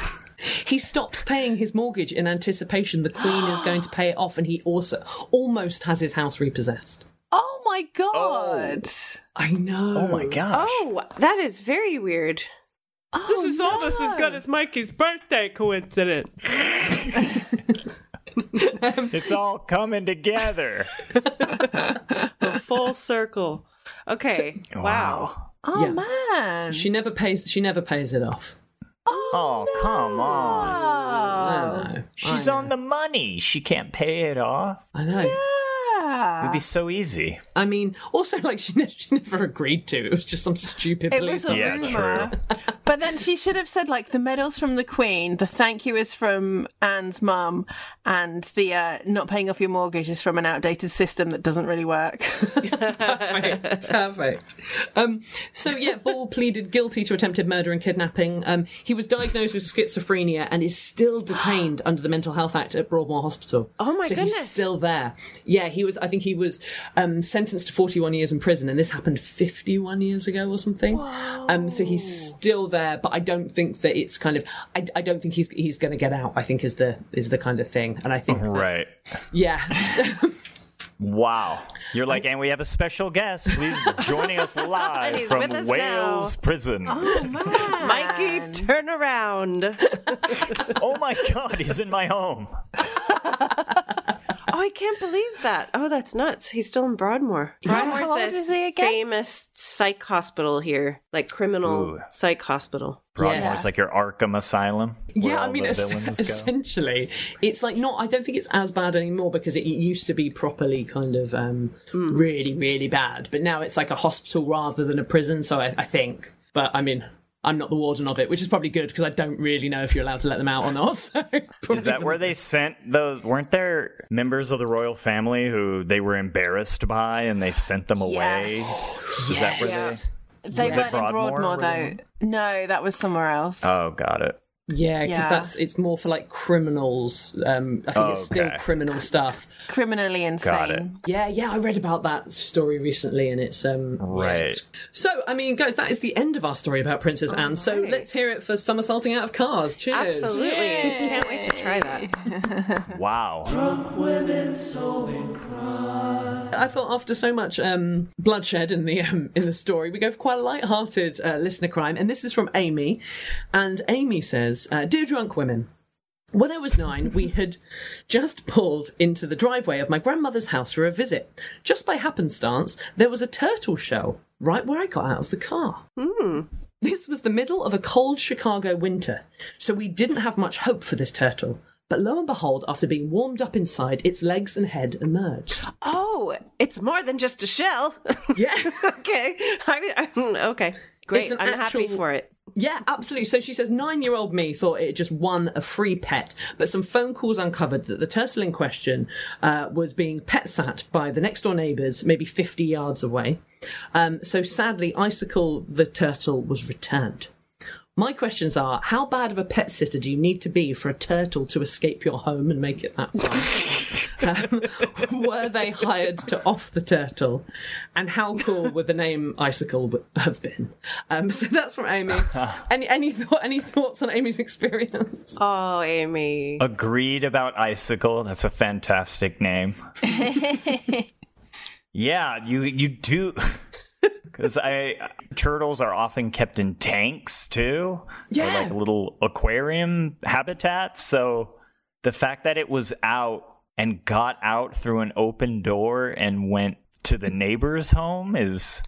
Speaker 6: he stops paying his mortgage in anticipation the Queen is going to pay it off and he also almost has his house repossessed.
Speaker 5: Oh my god!
Speaker 6: I know. Oh my gosh.
Speaker 4: Oh, that is very weird. Oh,
Speaker 5: this is almost as good
Speaker 4: as Mikey's birthday coincidence.
Speaker 7: it's all coming together.
Speaker 4: A full circle. Okay. wow.
Speaker 5: Oh
Speaker 6: Yeah.
Speaker 5: man!
Speaker 6: She never pays. She never pays it off.
Speaker 7: Oh, come on.
Speaker 5: Oh.
Speaker 6: I know.
Speaker 7: She's on the money. She can't pay it off.
Speaker 6: I know.
Speaker 5: Ah.
Speaker 7: It'd
Speaker 6: Ah.
Speaker 7: be so easy.
Speaker 6: I mean, also like she, ne- she never agreed to. It was just some stupid
Speaker 5: It
Speaker 6: police
Speaker 5: was a
Speaker 6: officer.
Speaker 5: rumor. But then she should have said like the medals from the Queen, the thank you is from Anne's mum, and the uh, not paying off your mortgage is from an outdated system that doesn't really work.
Speaker 6: perfect. Perfect. Um, so yeah, Ball pleaded guilty to attempted murder and kidnapping. Um, he was diagnosed with schizophrenia and is still detained under the Mental Health Act at Broadmoor Hospital.
Speaker 4: Oh my
Speaker 6: so He's
Speaker 4: goodness.
Speaker 6: still there. Yeah, he was. I think he was um, sentenced to 41 years in prison, and this happened 51 years ago or something. Um, so he's still there, but I don't think that it's kind of. I, I don't think he's he's going to get out. I think is the is the kind of thing, and I think
Speaker 4: Uh-huh.
Speaker 7: Right.
Speaker 6: yeah.
Speaker 7: Wow. You're like, and we have a special guest. Please joining us live
Speaker 4: he's
Speaker 7: from
Speaker 4: with us
Speaker 7: Wales
Speaker 4: now."
Speaker 7: prison. Oh,
Speaker 4: Mikey, turn around.
Speaker 7: Oh my god, he's in my home.
Speaker 4: Oh, I can't believe that. Oh, that's nuts. He's still in Broadmoor.
Speaker 5: Yeah.
Speaker 4: Broadmoor's
Speaker 5: How old
Speaker 4: this
Speaker 5: is he again?
Speaker 4: famous psych hospital here, like criminal
Speaker 7: Ooh.
Speaker 4: psych hospital.
Speaker 7: Broadmoor's
Speaker 6: Yes.
Speaker 7: like your Arkham Asylum. where
Speaker 6: Yeah, I
Speaker 7: all
Speaker 6: mean,
Speaker 7: the
Speaker 6: es-
Speaker 7: villains go.
Speaker 6: essentially, it's like not. I don't think it's as bad anymore because it used to be properly kind of um,
Speaker 5: Hmm.
Speaker 6: really, really bad. But now it's like a hospital rather than a prison. So I, I think. But I mean, I'm not the warden of it, which is probably good because I don't really know if you're allowed to let them out or not. So probably
Speaker 7: Is that where they sent those? Weren't there members of the royal family who they were embarrassed by and they sent them away? Is that where
Speaker 5: Yes.
Speaker 7: they?
Speaker 5: they
Speaker 7: was it
Speaker 5: weren't in Broadmoor
Speaker 7: where
Speaker 5: though.
Speaker 7: they
Speaker 5: No, that was somewhere else.
Speaker 7: were? Oh, got it.
Speaker 6: Yeah, because
Speaker 5: Yeah.
Speaker 6: that's it's more for like criminals. Um, I think it's still
Speaker 7: Okay.
Speaker 6: criminal stuff.
Speaker 5: Criminally insane.
Speaker 7: Got it.
Speaker 6: Yeah, yeah, I read about that story recently, and it's um
Speaker 7: Right.
Speaker 6: So, I mean, guys, that is the end of our story about Princess Anne. So let's hear it for somersaulting out of cars. Cheers.
Speaker 4: Absolutely. Can't wait to try that.
Speaker 7: Wow.
Speaker 1: Women solving crime.
Speaker 6: I thought after so much um, bloodshed in the um, in the story, we go for quite a light-hearted uh, listener crime, and this is from Amy. And Amy says, uh, "Dear drunk women." When I was nine, we had just pulled into the driveway of my grandmother's house for a visit. Just by happenstance, there was a turtle shell right where I got out of the car. This was the middle of a cold Chicago winter, so we didn't have much hope for this turtle. But lo and behold, after being warmed up inside, its legs and head emerged.
Speaker 4: Oh, it's more than just a shell.
Speaker 6: Yeah.
Speaker 4: okay. I mean, I- okay. Great.
Speaker 6: It's an
Speaker 4: I'm happy
Speaker 6: actual-
Speaker 4: for it.
Speaker 6: Yeah, absolutely. So she says nine year old me thought it had just won a free pet, but some phone calls uncovered that the turtle in question uh, was being pet sat by the next door neighbours, maybe 50 yards away. Um, so sadly, Icicle the turtle was returned. My questions are how bad of a pet sitter do you need to be for a turtle to escape your home and make it that far? um, were they hired to off the turtle? And how cool would the name Icicle w- have been? Um, so that's from Amy. Any any, thought, any thoughts on Amy's experience?
Speaker 4: Oh, Amy.
Speaker 9: Agreed about icicle. That's a fantastic name. yeah, you you do because I turtles are often kept in tanks too, yeah, like little aquarium habitats. So the fact that it was out and got out through an open door and went to the neighbor's home is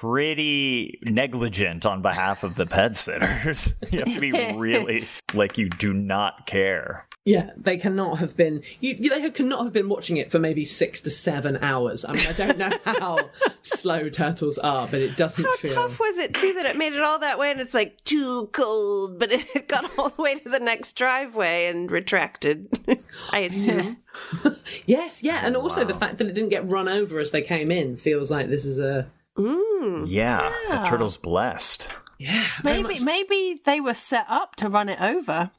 Speaker 9: pretty negligent on behalf of the pet sitters. you have to be really like you do not care.
Speaker 6: Yeah, they cannot have been. You, you- they cannot have been watching it for maybe six to seven hours. I mean, I don't know how slow turtles are, but it doesn't
Speaker 4: How
Speaker 6: feel.
Speaker 4: tough was it too that it made it all that way and it's like too cold, but it got all the way to the next driveway and retracted. I assume.
Speaker 6: yes, yeah, and also the fact that it didn't get run over as they came in feels like this is a.
Speaker 4: Mm.
Speaker 9: Yeah,
Speaker 5: Yeah.
Speaker 9: the turtle's blessed.
Speaker 5: Maybe maybe they were set up to run it over.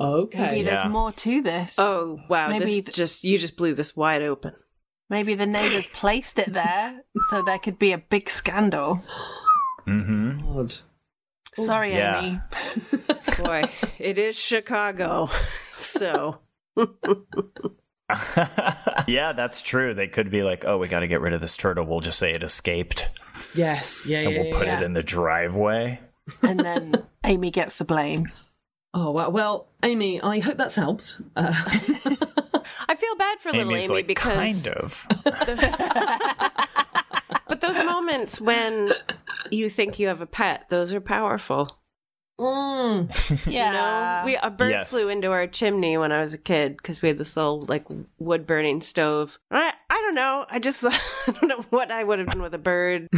Speaker 6: Okay.
Speaker 5: Maybe
Speaker 9: Yeah.
Speaker 5: there's more to this.
Speaker 4: Oh wow!
Speaker 5: Maybe
Speaker 4: this just you just blew this wide open.
Speaker 5: Maybe the neighbors placed it there so there could be a big scandal.
Speaker 9: Mm-hmm.
Speaker 5: Sorry,
Speaker 9: Yeah.
Speaker 5: Amy.
Speaker 4: Boy, it is Chicago, so
Speaker 9: Yeah, that's true. They could be like, "Oh, we got to get rid of this turtle. We'll just say it escaped,
Speaker 6: Yes, yeah, yeah,
Speaker 9: and we'll
Speaker 6: yeah,
Speaker 9: put
Speaker 6: yeah.
Speaker 9: it in the driveway."
Speaker 5: And then Amy gets the blame.
Speaker 6: Oh wow! Well, Amy, I hope that's helped. Uh,
Speaker 4: I feel bad for little
Speaker 9: Amy's
Speaker 4: Amy
Speaker 9: like,
Speaker 4: because
Speaker 9: kind of.
Speaker 4: but those moments when you think you have a pet, those are powerful.
Speaker 6: Hmm.
Speaker 5: Yeah.
Speaker 4: We a bird
Speaker 9: Yes.
Speaker 4: flew into our chimney when I was a kid because we had this little like wood burning stove. And I I don't know. I just I don't know what I would have done with a bird.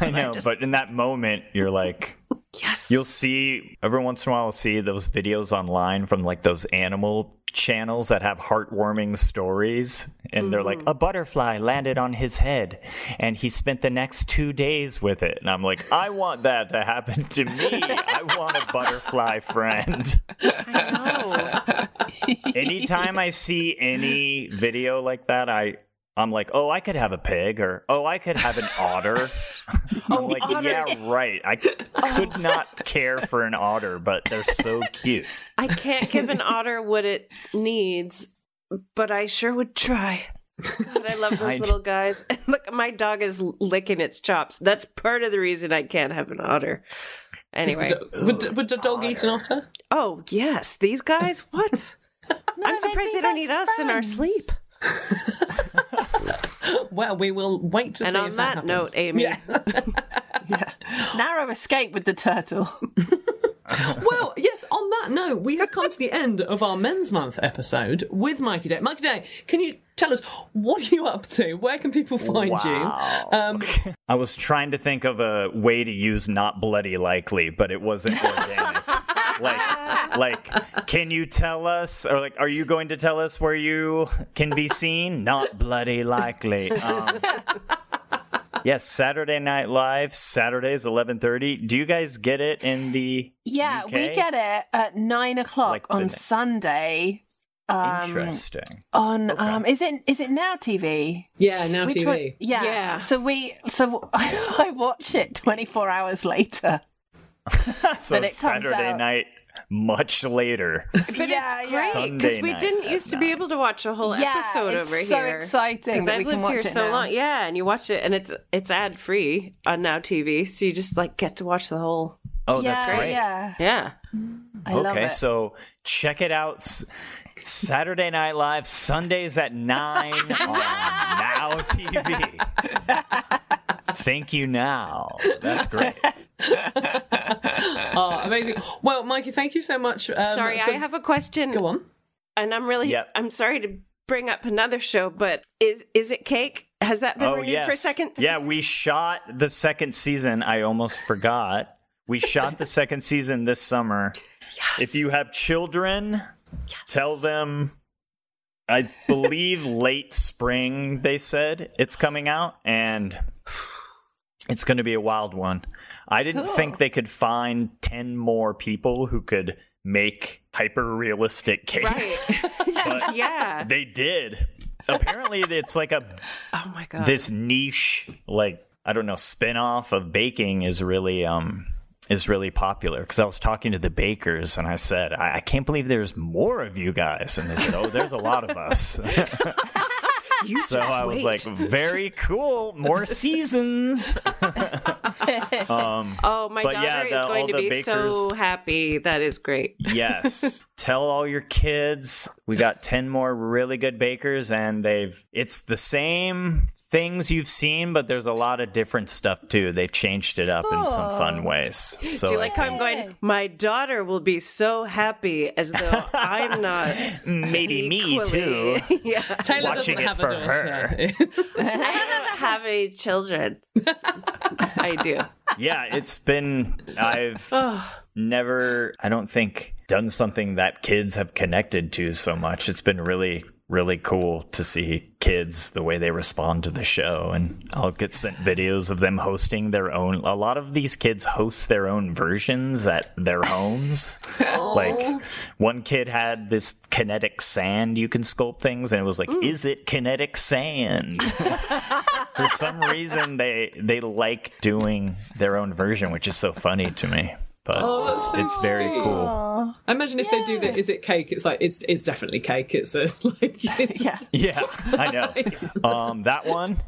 Speaker 9: I know, but in that moment, you're like,
Speaker 4: yes.
Speaker 9: You'll see every once in a while, I'll see those videos online from like those animal channels that have heartwarming stories, and they're
Speaker 4: Mm-hmm.
Speaker 9: like, a butterfly landed on his head, and he spent the next two days with it, and I'm like, I want that to happen to me. I want a butterfly friend. Anytime I see any video like that, I. I'm like, oh, I could have a pig, or oh, I could have an otter. I'm like, yeah, right. I c- could not care for an otter, but they're so cute.
Speaker 4: I can't give an otter what it needs, but I sure would try. God, I love those
Speaker 9: I-
Speaker 4: little guys. Look, my dog is licking its chops. That's part of the reason I can't have an otter. Anyway,
Speaker 6: would, would the dog eat an otter?
Speaker 4: oh yes, these guys. What? I'm
Speaker 5: they'd
Speaker 4: surprised
Speaker 5: be
Speaker 4: they don't eat
Speaker 5: best
Speaker 4: us in our
Speaker 5: friends.
Speaker 4: sleep.
Speaker 6: Well, we will wait to
Speaker 4: And
Speaker 6: see.
Speaker 4: on
Speaker 6: if
Speaker 4: that
Speaker 6: happens.
Speaker 4: note, Amy.
Speaker 6: Yeah.
Speaker 5: Narrow escape with the turtle.
Speaker 6: well, yes. On that note, we have come to the end of our Men's Month episode with Mikey Day. Mikey Day, can you tell us what are you up to? Where can people find
Speaker 9: Wow.
Speaker 6: you? Um,
Speaker 9: I was trying to think of a way to use not bloody likely, but it wasn't organic. like, like, can you tell us, or like, are you going to tell us where you can be seen? Not bloody likely. Um, yes, Saturday Night Live, Saturdays, eleven thirty. Do you guys get it in the?
Speaker 5: Yeah, we
Speaker 9: UK?
Speaker 5: get it at nine o'clock
Speaker 9: Like the
Speaker 5: on
Speaker 9: ne-
Speaker 5: Sunday. Um,
Speaker 9: Interesting.
Speaker 5: On um, is it is it now TV?
Speaker 6: yeah, now
Speaker 5: Which
Speaker 6: TV.
Speaker 5: one- yeah.
Speaker 4: Yeah.
Speaker 5: So we so I, watch it twenty four hours later.
Speaker 9: So
Speaker 5: it comes
Speaker 9: Saturday
Speaker 5: out-
Speaker 9: night, much later.
Speaker 4: But
Speaker 5: Yeah,
Speaker 4: it's
Speaker 5: yeah.
Speaker 4: great because
Speaker 9: Sunday
Speaker 4: we
Speaker 9: night
Speaker 4: didn't
Speaker 9: at
Speaker 4: used to be able to watch a whole
Speaker 5: Yeah,
Speaker 4: episode
Speaker 5: it's
Speaker 4: over
Speaker 5: so
Speaker 4: here.
Speaker 5: exciting
Speaker 4: because
Speaker 5: that we
Speaker 4: I've
Speaker 5: can
Speaker 4: lived here
Speaker 5: watch it
Speaker 4: so
Speaker 5: now.
Speaker 4: long. Yeah, and you watch it, and it's it's ad free on Now TV, so you just like get to watch the whole.
Speaker 9: Oh, that's great.
Speaker 5: Yeah.
Speaker 4: Yeah,
Speaker 5: I love
Speaker 7: oh, okay,
Speaker 5: it.
Speaker 7: so check it out. S- Saturday Night Live, Sundays at 9 on Now TV. Thank you now. That's great.
Speaker 6: oh, amazing. Well, Mikey, thank you so much. um,
Speaker 4: sorry,
Speaker 6: for-
Speaker 4: I have a question. Go
Speaker 6: on.
Speaker 4: And I'm really,
Speaker 7: Yep.
Speaker 4: I'm sorry to bring up another show, but is is it cake? Has that been renewed for a second?
Speaker 7: Oh, Yeah, we shot the second season. I almost forgot. We shot the second season this summer. If you have children, tell them. I believe late spring they said it's coming out, and it's going to be a wild one. I didn't
Speaker 11: Cool.
Speaker 7: think they could find ten more people who could make hyper realistic cakes.
Speaker 4: yeah.
Speaker 7: They did. Apparently, it's like a
Speaker 4: Oh my god.
Speaker 7: this niche like i don't know spin-off of baking is really um is really popular because i was talking to the bakers and i said I-, I can't believe there's more of you guys and they said oh there's a lot of us so
Speaker 11: just
Speaker 7: i was
Speaker 11: wait.
Speaker 7: like very cool more seasons um
Speaker 4: oh my
Speaker 7: but
Speaker 4: daughter
Speaker 7: yeah, the-
Speaker 4: is going
Speaker 7: all
Speaker 4: to
Speaker 7: the
Speaker 4: be so
Speaker 7: bakers-
Speaker 4: happy. That is great.
Speaker 7: yes tell all your kids we got 10 more really good bakers and they've it's the same things you've seen but there's a lot of different stuff too they've changed it up in some fun ways so
Speaker 4: Do you like
Speaker 7: I
Speaker 4: how I'm going? My daughter will be so happy as though I'm not.
Speaker 7: Maybe me,
Speaker 4: equally-
Speaker 7: too.
Speaker 4: yeah.
Speaker 7: Taylor Watching doesn't it have a for daughter, her.
Speaker 4: I don't have any children. I do.
Speaker 7: yeah, it's been I've never I don't think done something that kids have connected to so much. It's been really really cool to see kids the way they respond to the show and I'll get sent videos of them hosting their own a lot of these kids host their own versions at their homes. like one kid had this kinetic sand you can sculpt things and it was like is it kinetic sand? for some reason they they like doing their own version, which is so funny to me. But
Speaker 6: Oh, that's so
Speaker 7: it's very
Speaker 6: sweet.
Speaker 7: cool.
Speaker 6: I imagine if they do the is it cake? It's like it's it's definitely cake. It's, uh like it's, yeah.
Speaker 7: Yeah, I know. um, that one.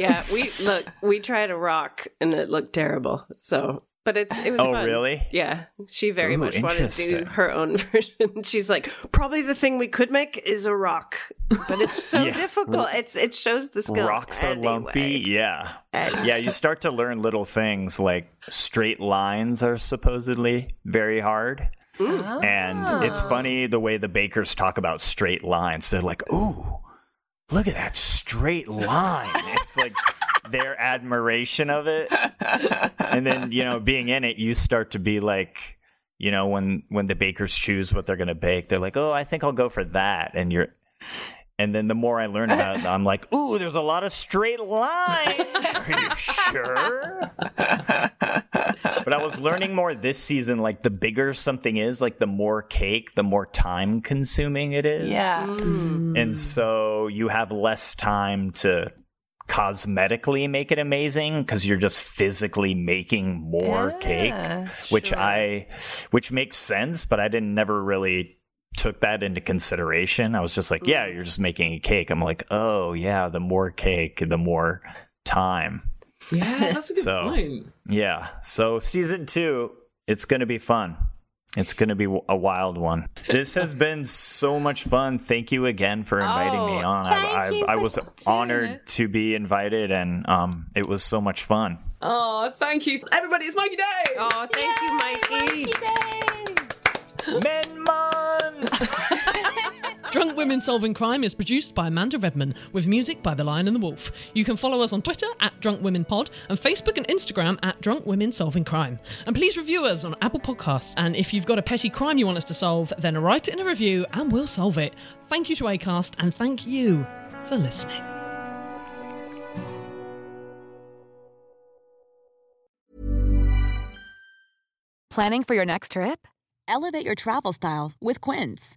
Speaker 4: Yeah, we look. We tried a rock, and it looked terrible. So, but it's it was.
Speaker 7: Oh,
Speaker 4: fun.
Speaker 7: really?
Speaker 4: Yeah, she very
Speaker 7: Ooh,
Speaker 4: much wanted to do
Speaker 7: interesting.
Speaker 4: her own version. She's like, probably the thing we could make is a rock, but it's so
Speaker 7: Yeah.
Speaker 4: difficult. It's it shows the skill.
Speaker 7: Rocks are lumpy. Yeah.
Speaker 4: Anyway.
Speaker 7: Yeah, you start to learn little things like straight lines are supposedly very hard. And it's
Speaker 4: Ah.
Speaker 7: funny the way the bakers talk about straight lines. They're like, ooh, look at that straight line. it's like their admiration of it. And then, you know, being in it, you start to be like, you know, when when the bakers choose what they're gonna bake, they're like, Oh, I think I'll go for that. And you're and then the more I learn about it, I'm like, ooh, there's a lot of straight lines. Are you sure? but I was learning more this season. Like the bigger something is, like the more cake, the more time consuming it is.
Speaker 8: Yeah.
Speaker 4: Mm.
Speaker 8: Mm.
Speaker 7: And so you have less time to cosmetically make it amazing because you're just physically making more
Speaker 8: Yeah,
Speaker 7: cake, which I, which makes sense, but I didn't never really took that into consideration. I was just like,
Speaker 6: Mm-hmm.
Speaker 7: yeah, you're just making a cake. I'm like, oh yeah, the more cake, the more time.
Speaker 6: Yeah, that's a good
Speaker 7: So-
Speaker 6: point.
Speaker 7: Yeah. So season two, it's going to be fun. It's going to be w- a wild one. This has been so much fun. Thank you again for inviting me on. I, I,
Speaker 6: Oh, thank you
Speaker 7: I
Speaker 6: for
Speaker 7: was honored to be invited, and um, it was so much fun.
Speaker 6: Oh, thank you, everybody. It's Mikey Day.
Speaker 4: Oh, thank you, Mikey.
Speaker 7: Men
Speaker 3: Drunk Women Solving Crime is produced by Amanda Redman with music by The Lion and the Wolf. You can follow us on Twitter at Drunk Women Pod and Facebook and Instagram at Drunk Women Solving Crime. And please review us on Apple Podcasts. And if you've got a petty crime you want us to solve, then write it in a review and we'll solve it. Thank you to Acast and thank you for listening.
Speaker 12: Planning for your next trip? Elevate your travel style with Quince.